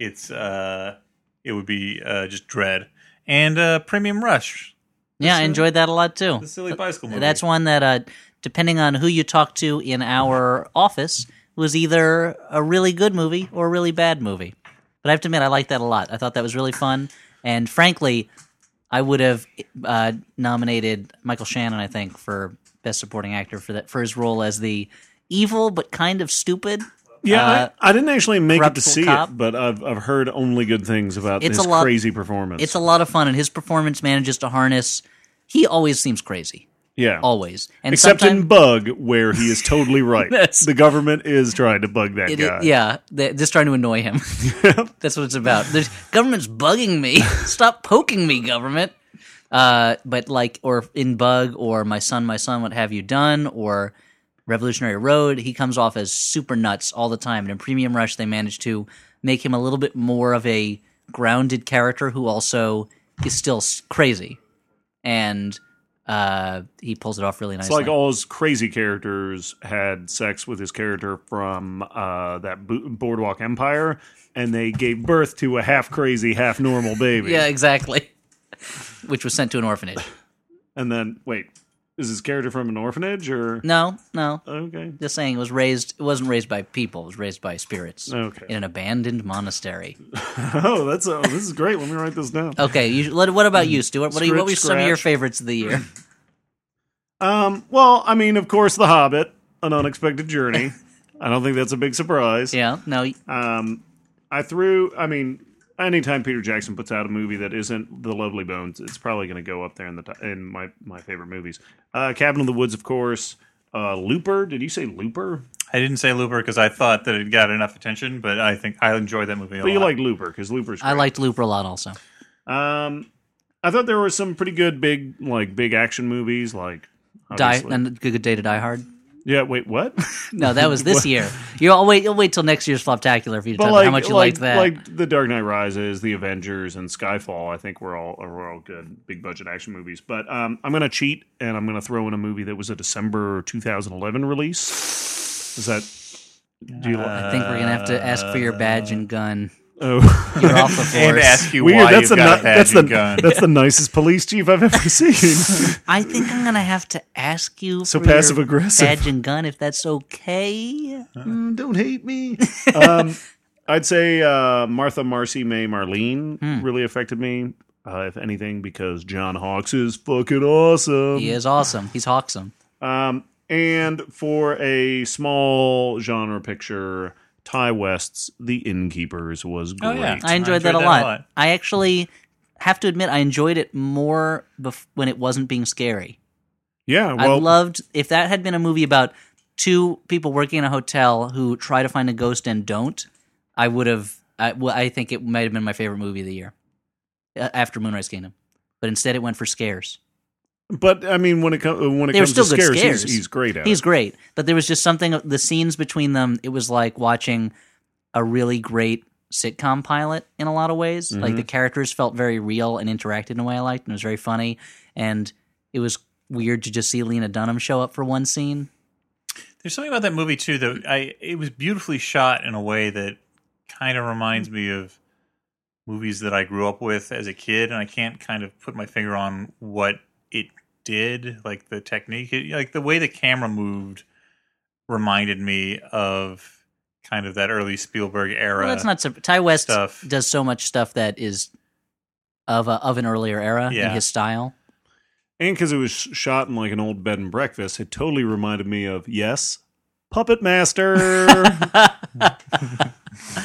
it's uh, it would be uh, just dread and uh, premium rush, Yeah, I enjoyed that a lot too. the silly bicycle movie. Uh, That's one that, uh, depending on who you talk to in our office, was either a really good movie or a really bad movie. But I have to admit, I liked that a lot. I thought that was really fun. And frankly, I would have uh, nominated Michael Shannon, I think, for Best Supporting Actor for that for his role as the evil but kind of stupid. Yeah, Uh, I, I didn't actually make it to Corruptible see Cop. it, but I've I've heard only good things about It's this a lot- crazy performance. It's a lot of fun, and his performance manages to harness. He always seems crazy, yeah, always, and except sometime- in Bug, where he is totally right. the government is trying to bug that It- it- guy. yeah, they're just trying to annoy him. That's what it's about. The government's bugging me. Stop poking me, government. Uh, but like, or in bug, or my son, my son, what have you done? Or Revolutionary Road. He comes off as super nuts all the time. And in Premium Rush, they managed to make him a little bit more of a grounded character who also is still s- crazy. And uh, he pulls it off really It's nicely. like all his crazy characters had sex with his character from uh, that Bo- Boardwalk Empire, and they gave birth to a half crazy, half normal baby. yeah, exactly. Which was sent to an orphanage. And then, wait, is his character from an orphanage or? No, no. Okay. Just saying, it was raised. It wasn't raised by people. It was raised by spirits Okay. in an abandoned monastery. Oh, that's oh, this is great. Let me write this down. Okay, you, let- what about you, Stuart? What, are you, what were Scritch, some of your scratch. favorites of the year? Um, well, I mean, of course, The Hobbit, An Unexpected Journey. I don't think that's a big surprise. Yeah, no, Um, I threw. I mean, anytime Peter Jackson puts out a movie that isn't The Lovely Bones, it's probably going to go up there in the t- in my my favorite movies. Uh, Cabin in the Woods, of course. Uh, Looper. Did you say Looper? I didn't say Looper because I thought that it got enough attention, but I think I enjoyed that movie a But you lot. like Looper because Looper's. Great. Oh, I liked Looper a lot also. Um, I thought there were some pretty good big like big action movies like. Die obviously- and Good Good Day to Die Hard. yeah. Wait. What? No, that was this year. You will wait. You'll wait till next year's Floptacular for you to But talk like, about how much you like, liked that. like the Dark Knight Rises, the Avengers, and Skyfall, I think we're all we're all good big budget action movies. But um, I'm gonna cheat and I'm gonna throw in a movie that was a December 2011 release. Is that? Do you? Uh, I like think we're gonna have to ask for your badge and gun. oh, You're off the force. and ask you weird. why That's the you've got ni- a badge that's the and gun. that's the nicest police chief I've ever seen. I think I'm gonna have to ask you. So for your passive-aggressive. Badge and gun, if that's okay. Mm, Don't hate me. Um, I'd say uh, Martha, Marcy, May, Marlene Hmm. really affected me. Uh, if anything, because John Hawks is fucking awesome. He is awesome. He's Hawksome. Um, and for a small genre picture, Ty West's The Innkeepers was great. Oh, yeah. I enjoyed, that, a, lot. a lot. I actually have to admit, I enjoyed it more bef- when it wasn't being scary. Yeah, well, I loved if that had been a movie about two people working in a hotel who try to find a ghost and don't. I would have. I, well, I think it might have been my favorite movie of the year uh, after Moonrise Kingdom. But instead, it went for scares. but I mean, when it comes when it They were comes still to good scares, scares. He's, he's great at. He's it. great, but there was just something. The scenes between them, it was like watching a really great sitcom pilot in a lot of ways. Mm-hmm. Like the characters felt very real and interacted in a way I liked, and it was very funny. And it was weird to just see Lena Dunham show up for one scene. There's something about that movie too that I it was beautifully shot in a way that kind of reminds me of movies that I grew up with as a kid, and I can't kind of put my finger on what it did, like the technique, it, like the way the camera moved, reminded me of kind of that early Spielberg era. Well, that's not sur- Ty West stuff. does so much stuff that is of a, of an earlier era in Yeah. his style. And because it was sh- shot in like an old bed and breakfast, it totally reminded me of yes, Puppet Master.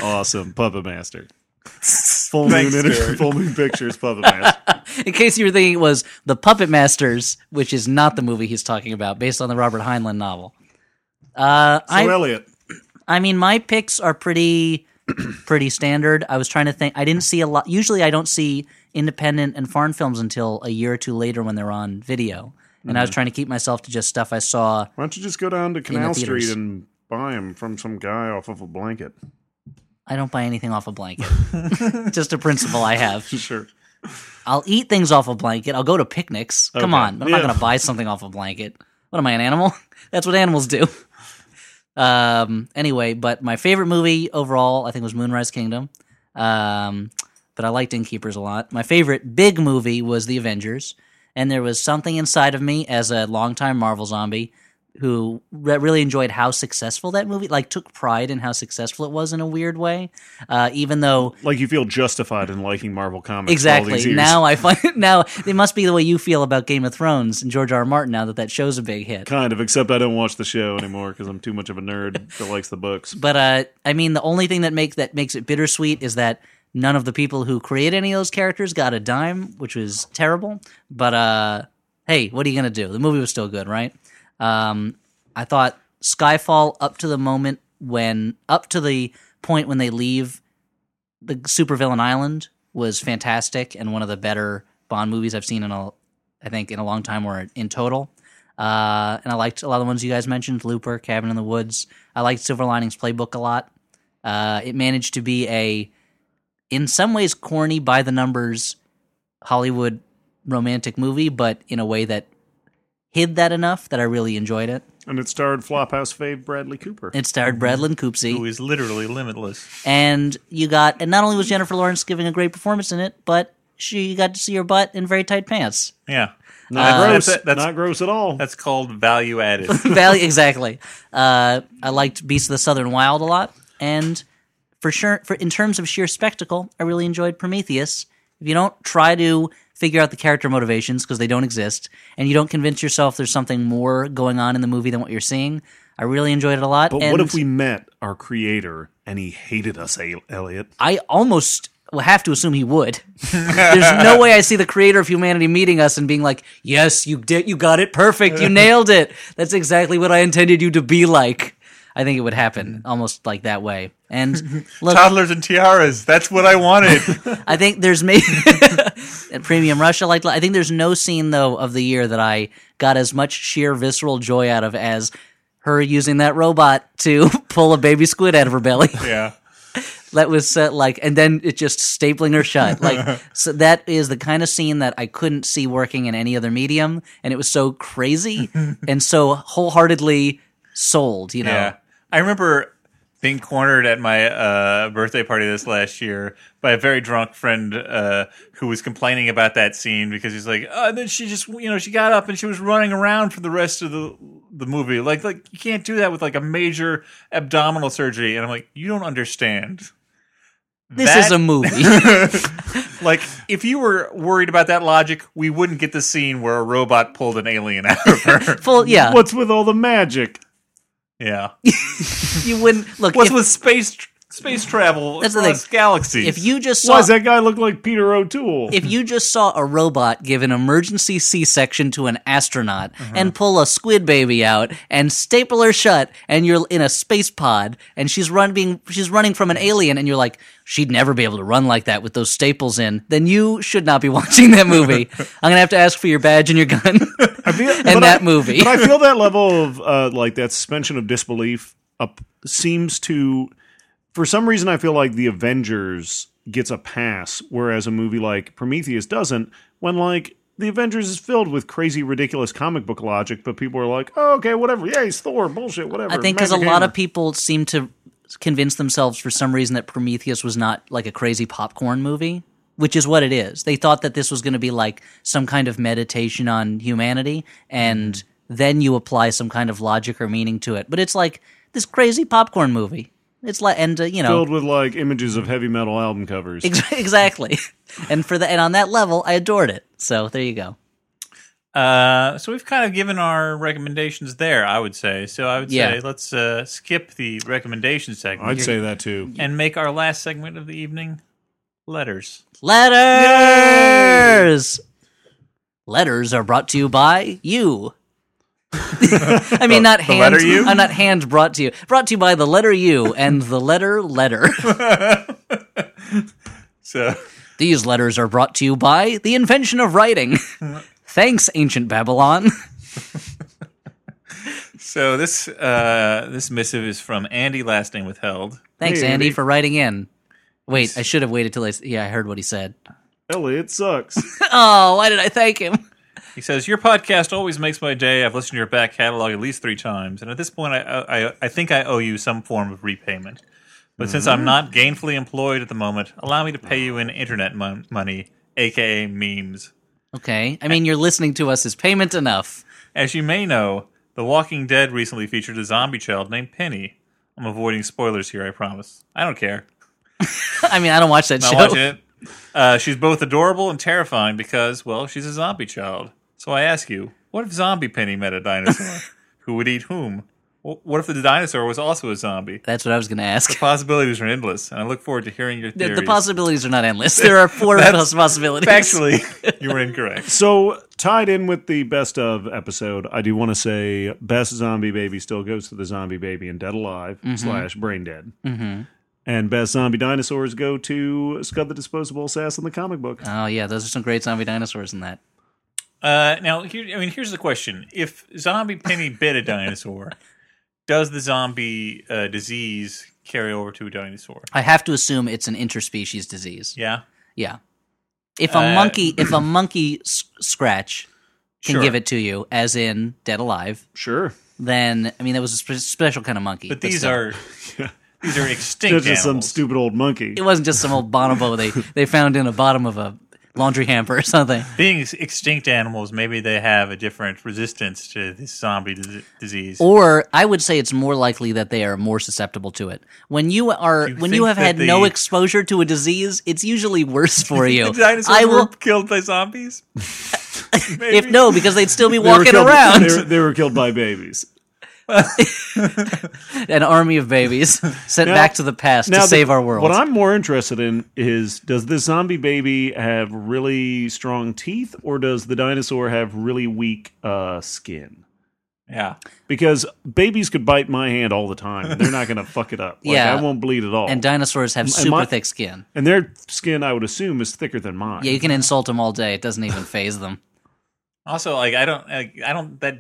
awesome, Puppet Master. Full moon, Thanks, inter- Jared. full moon pictures, Puppet Master. In case you were thinking it was The Puppet Masters, which is not the movie he's talking about, based on the Robert Heinlein novel. Uh, So I, Elliot, I mean, my picks are pretty pretty standard. I was trying to think. I didn't see a lot. Usually, I don't see independent and foreign films until a year or two later when they're on video. And I was trying to keep myself to just stuff I saw. why don't you just go down to Canal Street theaters. and buy them from some guy off of a blanket? I don't buy anything off a blanket. just a principle I have. Sure. I'll eat things off a blanket. I'll go to picnics. Come Okay. on, but I'm Yeah. not going to buy something off a blanket. What am I, an animal? That's what animals do. Um. Anyway, but my favorite movie overall, I think, was Moonrise Kingdom. Um, but I liked Innkeepers a lot. My favorite big movie was The Avengers, and there was something inside of me as a longtime Marvel zombie who re- really enjoyed how successful that movie, like, took pride in how successful it was in a weird way. Uh, even though like you feel justified in liking Marvel comics. for all these Exactly. years. Now I find now it must be the way you feel about Game of Thrones and George R. R. Martin now that that show's a big hit. kind of. Except I don't watch the show anymore because I'm too much of a nerd that likes the books. But uh, I mean, the only thing that make that makes it bittersweet is that none of the people who create any of those characters got a dime, which was terrible. But uh, hey, what are you gonna do? The movie was still good, right? Um, I thought Skyfall up to the moment when up to the point when they leave the supervillain island was fantastic and one of the better Bond movies I've seen in a I think in a long time or in total. Uh, and I liked a lot of the ones you guys mentioned Looper, Cabin in the Woods. I liked Silver Linings Playbook a lot. Uh, it managed to be a, in some ways, corny by the numbers Hollywood romantic movie, but in a way that hid that enough that I really enjoyed it. And it starred Flophouse fave Bradley Cooper. It starred Bradley Coopsey. who is literally limitless. and you got and not only was Jennifer Lawrence giving a great performance in it, but she got to see her butt in very tight pants. Yeah, Not uh, gross. that's- that's- Not gross at all. that's called value added. Valley, exactly. Uh, I liked Beasts of the Southern Wild a lot, and for sure, for in terms of sheer spectacle, I really enjoyed Prometheus. If you don't try to figure out the character motivations because they don't exist, and you don't convince yourself there's something more going on in the movie than what you're seeing, I really enjoyed it a lot. But and what if we met our creator and he hated us, A- Elliot? I almost will have to assume he would. There's no way I see the creator of humanity meeting us and being like, "Yes, you did. You got it perfect. You nailed it. That's exactly what I intended you to be like." I think it would happen almost like that way. And look, Toddlers and tiaras. That's what I wanted. I think there's maybe at Premium Russia. Like, I think there's no scene though of the year that I got as much sheer visceral joy out of as her using that robot to pull a baby squid out of her belly. yeah. that was set like and then it just stapling her shut like so that is the kind of scene that i couldn't see working in any other medium and it was so crazy and so wholeheartedly sold you know Yeah. I remember being cornered at my uh, birthday party this last year by a very drunk friend uh, who was complaining about that scene because he's like, oh, and then she just, you know, she got up and she was running around for the rest of the the movie. Like, like you can't do that with like a major abdominal surgery. And I'm like, you don't understand. this That- is a movie Like, if you were worried about that logic, we wouldn't get the scene where a robot pulled an alien out of her. full yeah What's with all the magic? yeah. you wouldn't look What's if, with space tr- space travel That's the across thing. galaxies? if you just Why saw does that guy look like Peter O'Toole? if you just saw a robot give an emergency C-section to an astronaut Uh-huh. and pull a squid baby out and staple her shut, and you're in a space pod and she's run being she's running from an alien, and you're like, she'd never be able to run like that with those staples in, then you should not be watching that movie. I'm gonna have to ask for your badge and your gun But and that I- movie. but I feel that level of uh, like that suspension of disbelief up seems to, for some reason, I feel like the Avengers gets a pass, whereas a movie like Prometheus doesn't. When like the Avengers is filled with crazy, ridiculous comic book logic, but people are like, "Oh, okay, whatever. Yeah, he's Thor. Bullshit. Whatever." I think because a Magic lot hammer." of people seem to convince themselves for some reason that Prometheus was not like a crazy popcorn movie, which is what it is. They thought that this was going to be like some kind of meditation on humanity, and then you apply some kind of logic or meaning to it. But it's like this crazy popcorn movie. It's like, and uh, you know, filled with like images of heavy metal album covers. ex- exactly. and for the and on that level, I adored it. So there you go. Uh, so we've kind of given our recommendations there, I would say. So I would Yeah. say let's uh, skip the recommendation segment I'd say that too. and make our last segment of the evening letters. Letters. Letters are brought to you by you. I mean, not hand. letter U? I'm not hand brought to you. Brought to you by the letter U and the letter letter. So These letters are brought to you by the invention of writing. Thanks, ancient Babylon. so this uh, this missive is from Andy last name withheld. Thanks, Hey, Andy, Andy. for writing in. Wait, I should have waited till I. s- Yeah, I heard what he said. Elliot sucks. Oh, why did I thank him? He says, "Your podcast always makes my day. I've listened to your back catalog at least three times, and at this point, I I, I think I owe you some form of repayment. But since Mm-hmm. I'm not gainfully employed at the moment, allow me to pay you in internet mon- money, aka memes." Okay, I mean, you're listening to us is payment enough. As you may know, The Walking Dead recently featured a zombie child named Penny. I'm avoiding spoilers here, I promise. I don't care. I mean, I don't watch that Not show. watching it. Uh, she's both adorable and terrifying because, well, she's a zombie child. So I ask you, what if zombie Penny met a dinosaur? who would eat whom? Wh- What if the dinosaur was also a zombie? That's what I was going to ask. Possibilities are endless, and I look forward to hearing your The- theories. The possibilities are not endless. There are four plus possibilities. Factually, you were incorrect. So tied in with the best of episode, I do want to say best zombie baby still goes to the zombie baby and Dead Alive Mm-hmm. slash Brain Dead, and best zombie dinosaurs go to Scud the Disposable Assassin, the comic book. Oh yeah, those are some great zombie dinosaurs in that. Uh, now, here, I mean, here's the question: If zombie Penny bit a dinosaur, does the zombie uh, disease carry over to a dinosaur? I have to assume it's an interspecies disease. Yeah, Yeah. If a Uh, monkey, if a monkey s- scratch can Sure. give it to you, as in dead alive, Sure. then I mean that was a spe- special kind of monkey. but these still. are these are extinct. It's just some animals. stupid old monkey. It wasn't just some old bonobo they they found in the bottom of a laundry hamper or something. Being ex- extinct animals, maybe they have a different resistance to this zombie dis- disease. Or I would say it's more likely that they are more susceptible to it. When you are You when you think have that had no the- exposure to a disease, it's usually worse for you. the dinosaurs I were will killed by zombies. if no because they'd still be They were walking killed- around. They were, they were killed by babies. An army of babies sent Now- back to the past to the- save our world. What I'm more interested in is does this zombie baby have really strong teeth or does the dinosaur have really weak uh, skin? yeah, Because babies could bite my hand all the time. and They're not going to fuck it up. Like, Yeah. I won't bleed at all. and And, dinosaurs have super my- thick skin. their skin, I would assume, is thicker than mine. Yeah, you can insult them all day; it doesn't even phase them. Also, like I don't, like, I don't that.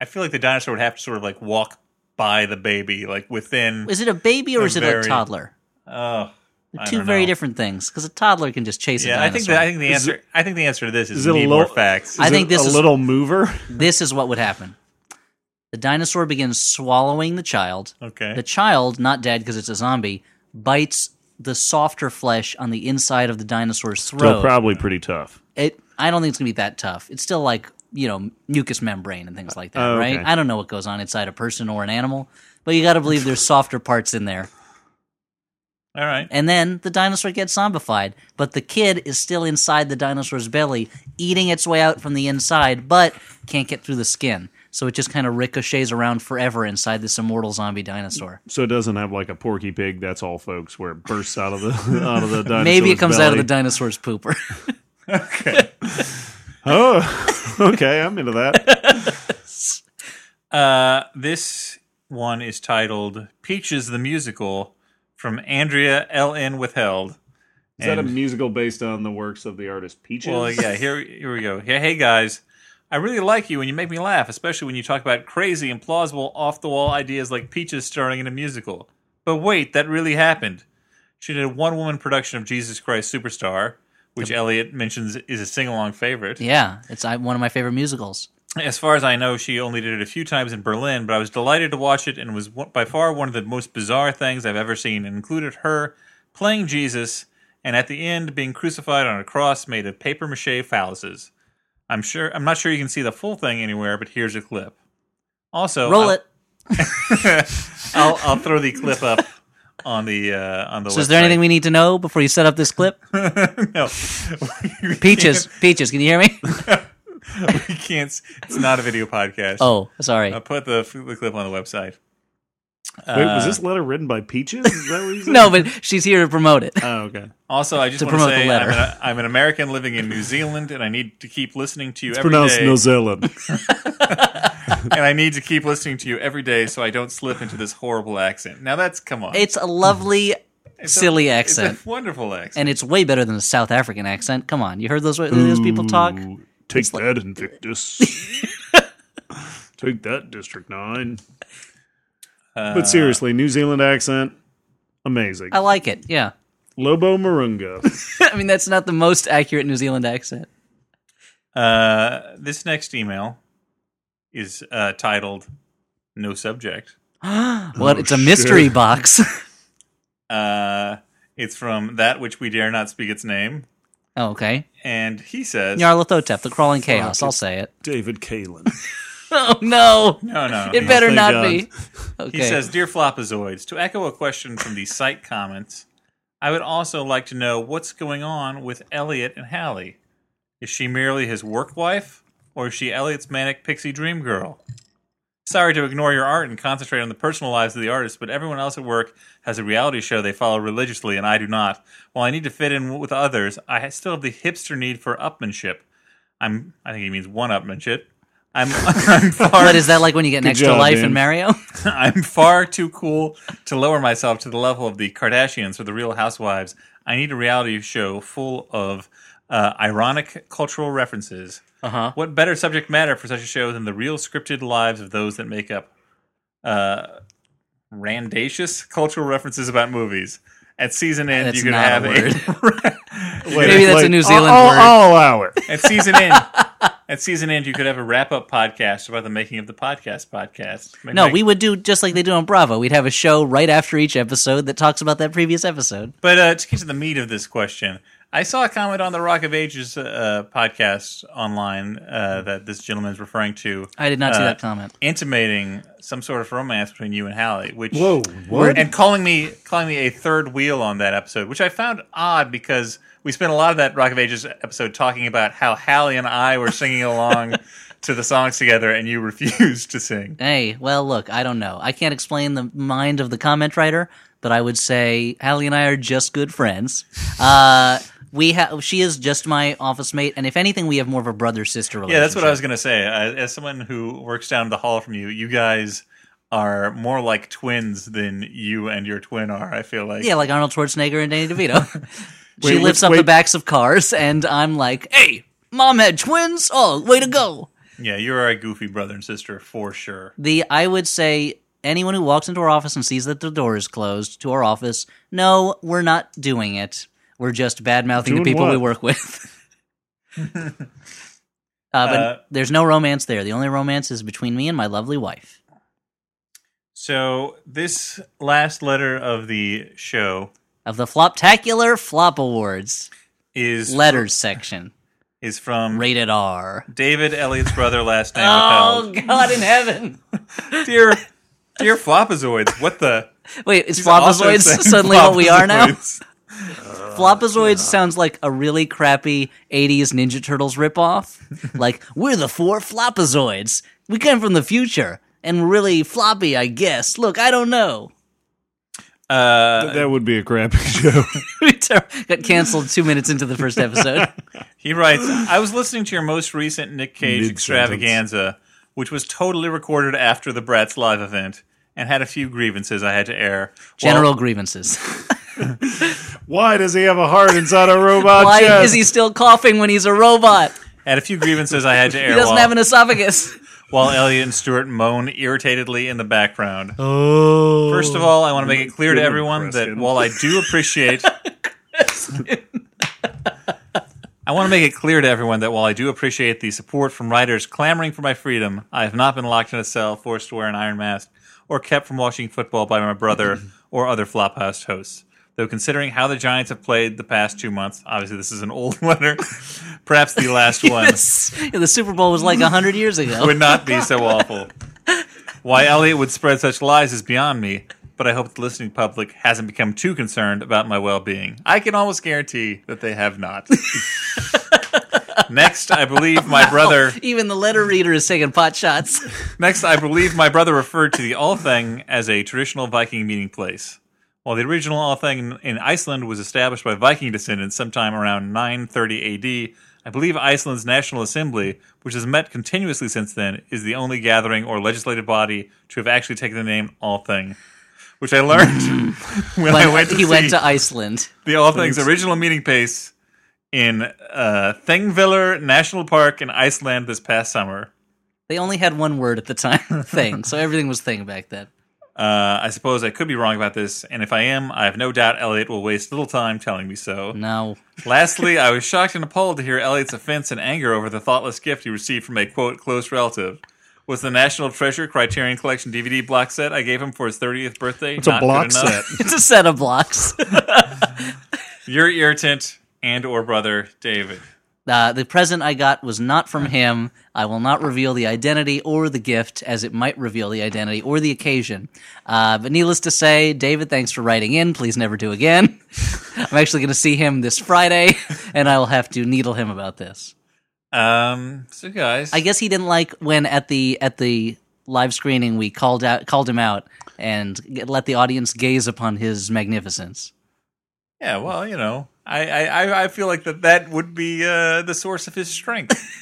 I feel like the dinosaur would have to sort of like walk by the baby, like within. Is it a baby or They're is it a very- toddler? Oh, I Two don't very know. different things. Because a toddler can just chase a Yeah, I dinosaur. think that, I think the Is answer. I think the answer to this is, is it we a need low- more facts. I Is think it this a is- little mover. this is what would happen. The dinosaur begins swallowing the child. Okay. The child, not dead because it's a zombie, bites the softer flesh on the inside of the dinosaur's So throat. probably pretty tough. it, I don't think it's going to be that tough. It's still like, you know, mucous membrane and things like that, Oh, okay. right? I don't know what goes on inside a person or an animal, but you got to believe there's softer parts in there. All right. And then the dinosaur gets zombified, but the kid is still inside the dinosaur's belly, eating its way out from the inside, but can't get through the skin. So it just kind of ricochets around forever inside this immortal zombie dinosaur. So it doesn't have like a porky pig. That's all, folks. Where it bursts out of the out of the dinosaur. Maybe it comes out of the dinosaur's pooper. Oh, okay. I'm into that. Uh, this one is titled "Peaches the Musical" from Andrea L. N. Withheld. Is that a And- musical based on the works of the artist Peaches? Well, yeah. Here, here we go. Hey, hey, guys. I really like you, and you make me laugh, especially when you talk about crazy, and plausible, off-the-wall ideas like peaches starring in a musical. But wait, that really happened. She did a one-woman production of Jesus Christ Superstar, which Elliot mentions is a sing-along favorite. yeah, it's uh, one of my favorite musicals. As far as I know, she only did it a few times in Berlin, but I was delighted to watch it and was one- by far one of the most bizarre things I've ever seen. It included her playing Jesus and at the end being crucified on a cross made of paper mache phalluses. I'm sure I'm not sure you can see the full thing anywhere, but here's a clip. Also, Roll I'll, it. I'll, I'll throw the clip up on the uh, on the. So is there anything we need to know before you set up this clip? no, Peaches, Peaches, can you hear me? we can't. s- It's not a video podcast. Oh, sorry. I put the, the clip on the website. Wait, Uh, was this letter written by Peaches? Is that what you said? No, but she's here to promote it. Uh, Oh, okay. Also, I just To want to promote the say letter. I'm an, I'm an American living in New Zealand, and I need to keep listening to you every day. Pronounced New Zealand. and I need to keep listening to you every day so I don't slip into this horrible accent. Now that's come on, It's a lovely, a- silly It's accent. a wonderful accent. and it's way better than a South African accent. Come on, you heard those those people talk? Ooh, Take that, Invictus. Take that, District 9. Uh, Uh, but seriously, New Zealand accent, amazing. I like it. Yeah, Lobo Marunga. I mean that's not the most accurate New Zealand accent. uh, this next email is uh, titled "No Subject." Oh, What? it's a mystery shit. box. Uh, it's from that which we dare not speak its name, oh, okay, and he says, Nyarlathotep, the crawling chaos. I'll say it. David Kalin. Oh no, "No, no, it better thank not God. be. He Okay, says, Dear Flopazoids, to echo a question from the site comments, I would also like to know what's going on with Elliot and Hallie. Is she merely his work wife, or is she Elliot's manic pixie dream girl? Sorry to ignore your art and concentrate on the personal lives of the artists, but everyone else at work has a reality show they follow religiously, and I do not. While I need to fit in with others, I ha- still have the hipster need for upmanship. I'm, I think he means one upmanship. I'm, I'm far but is that like when you get an extra job, life Dan. in Mario? I'm far too cool to lower myself to the level of the Kardashians or the Real Housewives. I need a reality show full of uh, ironic cultural references. Uh-huh. What better subject matter for such a show than the real scripted lives of those that make up uh, randacious cultural references about movies? At season end, That's you can not a have Maybe that's a New Zealand I'll, word. I'll allow it. at season end. At season end, you could have a wrap up podcast about the making of the podcast podcast. Maybe No, make- we would do just like they do on Bravo. We'd have a show right after each episode that talks about that previous episode. But uh, to get to the meat of this question, I saw a comment on the Rock of Ages uh, podcast online uh, that this gentleman is referring to. Mm-hmm. I did not see uh, that comment. Intimating some sort of romance between you and Hallie, which Whoa, what? and calling me calling me a third wheel on that episode, which I found odd because we spent a lot of that Rock of Ages episode talking about how Hallie and I were singing along to the songs together, and you refused to sing. Hey, well, look, I don't know. I can't explain the mind of the comment writer, but I would say Hallie and I are just good friends. Uh, we have she is just my office mate, and if anything, we have more of a brother sister relationship. Yeah, that's what I was going to say. Uh, as someone who works down the hall from you, you guys are more like twins than you and your twin are. I feel like. Yeah, like Arnold Schwarzenegger and Danny DeVito. she Wait, lifts which- up the wait- backs of cars, and I'm like, "Hey, mom had twins. Oh, way to go!" Yeah, you are a goofy brother and sister for sure. The I would say anyone who walks into our office and sees that the door is closed to our office, no, we're not doing it. We're just bad mouthing the Doing people we what? work with. uh, but Uh, there's no romance there. The only romance is between me and my lovely wife. So, this last letter of the show Of the Floptacular Flop Awards is letters section, is from rated R. David Elliott's brother, last name Oh withheld. God in heaven! Dear, dear Flopazoids, what the? Wait, is He's also Flopazoids saying suddenly what we are now? Flopazoids. Flopazoids sounds like a really crappy 80s Ninja Turtles ripoff. like, we're the four Flopazoids. We come from the future and we're really floppy, I guess. Look, I don't know. Uh, that would be a crappy show. We ter- Got canceled two minutes into the first episode. He writes, I was listening to your most recent Nick Cage Mid-sentence. extravaganza, which was totally recorded after the Bratz live event, and had a few grievances I had to air. General Well, grievances. Why does he have a heart inside a robot Why chest? is he still coughing when he's a robot? had a few grievances I had to air He doesn't while, have an esophagus. while Elliot and Stuart moan irritatedly in the background. Oh. First of all, I want to make it clear to Goodman everyone that Preston. while I do appreciate. I want to make it clear to everyone that while I do appreciate the support from writers clamoring for my freedom, I have not been locked in a cell, forced to wear an iron mask, or kept from watching football by my brother or other Flophouse hosts. Though considering how the Giants have played the past two months, obviously this is an old letter, perhaps the last one This- the Super Bowl was like 100 years ago. would not be so awful. Why Elliot would spread such lies is beyond me, but I hope the listening public hasn't become too concerned about my well being. I can almost guarantee that they have not. next, I believe my brother. Even the letter reader is taking pot shots. Next, I believe my brother referred to the Althing as a traditional Viking meeting place. While the original Althing in Iceland was established by Viking descendants sometime around 930 AD, I believe Iceland's National Assembly, which has met continuously since then, is the only gathering or legislative body to have actually taken the name Althing. Which I learned when, I When went to he see went to Iceland. the Althing's original meeting place in uh, Thingvellir National Park in Iceland this past summer. They only had one word at the time, thing. So everything was thing back then. Uh, I suppose I could be wrong about this, and if I am, I have no doubt Elliot will waste little time telling me Mm. so. No. Lastly, I was shocked and appalled to hear Elliot's offense and anger over the thoughtless gift he received from a quote close relative. Was the National Treasure Criterion Collection DVD block set I gave him for his 30th birthday it's a block set. It's a set of blocks. Your irritant and or brother David. Uh, the present I got was not from him. I will not reveal the identity or the gift, as it might reveal the identity or the occasion. Uh, but needless to say, David, thanks for writing in. Please never do again. I'm actually going to see him this Friday, and I will have to needle him about this. Um, so guys, I guess he didn't like when at the at the live screening we called out called him out and g- let the audience gaze upon his magnificence. yeah, well, you know, I I, I- I feel like that that would be uh, the source of his strength.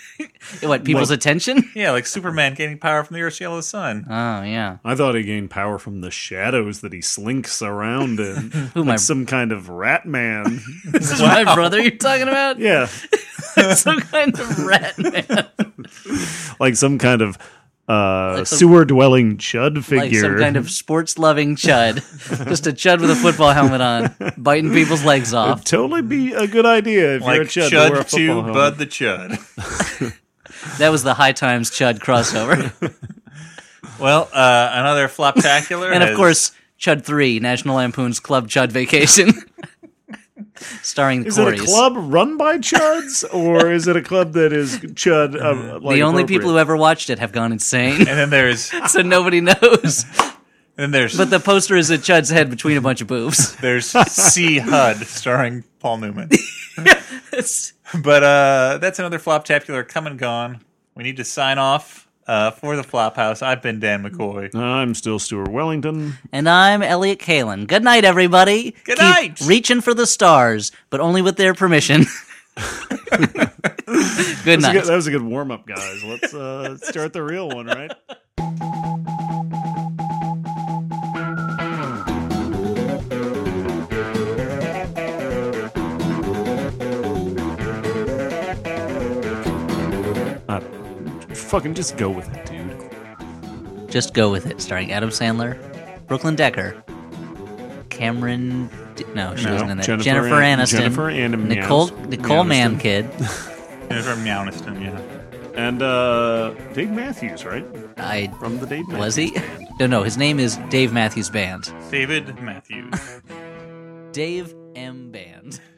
What people's attention? yeah, like Superman gaining power from the Earth's yellow sun. Oh yeah. I thought he gained power from the shadows that he slinks around in. Who like my- some kind of rat man. This is my brother you're talking about? yeah. some kind of rat man, like some kind of uh, Like some- sewer dwelling chud figure. like some kind of sports-loving chud, just a chud with a football helmet on, biting people's legs off. totally be a good idea if like you're a chud, to wear a Chud football Two helmet. Bud the Chud. That was the High Times chud crossover, Well, uh, another floptacular, and of has- course, Chud Three, National Lampoon's Club Chud Vacation, starring the Is Corys. it a club run by chuds, or is it a club that is chud? Uh, like the only people who ever watched it have gone insane, and then there's so nobody knows. then there's But the poster is a Chud's head between a bunch of boobs. there's C Hud starring Paul Newman. It's- But uh, that's another floptacular come and gone. We need to sign off uh, for the Flophouse. I've been Dan McCoy. appropriate. I'm still Stuart Wellington. and I'm Elliot Kalin. Good night, everybody. Good Keep night. Reaching for the stars, but only with their permission. Good That's a night. good- that was a good warm up, guys. Let's uh, start the real one, right? Uh, fucking just go with it, dude. Just go with it. Starring Adam Sandler, Brooklyn Decker, Cameron. D- no, she No, wasn't in that. Jennifer Jennifer, An- Aniston. Jennifer An- Nicole Aniston. Nicole Aniston. Mankid. There's our Meowniston, yeah. And uh, Dave Matthews, right? I From the Dave Matthews. was he? No, no. His name is Dave Matthews Band. David Matthews. Dave M. Band.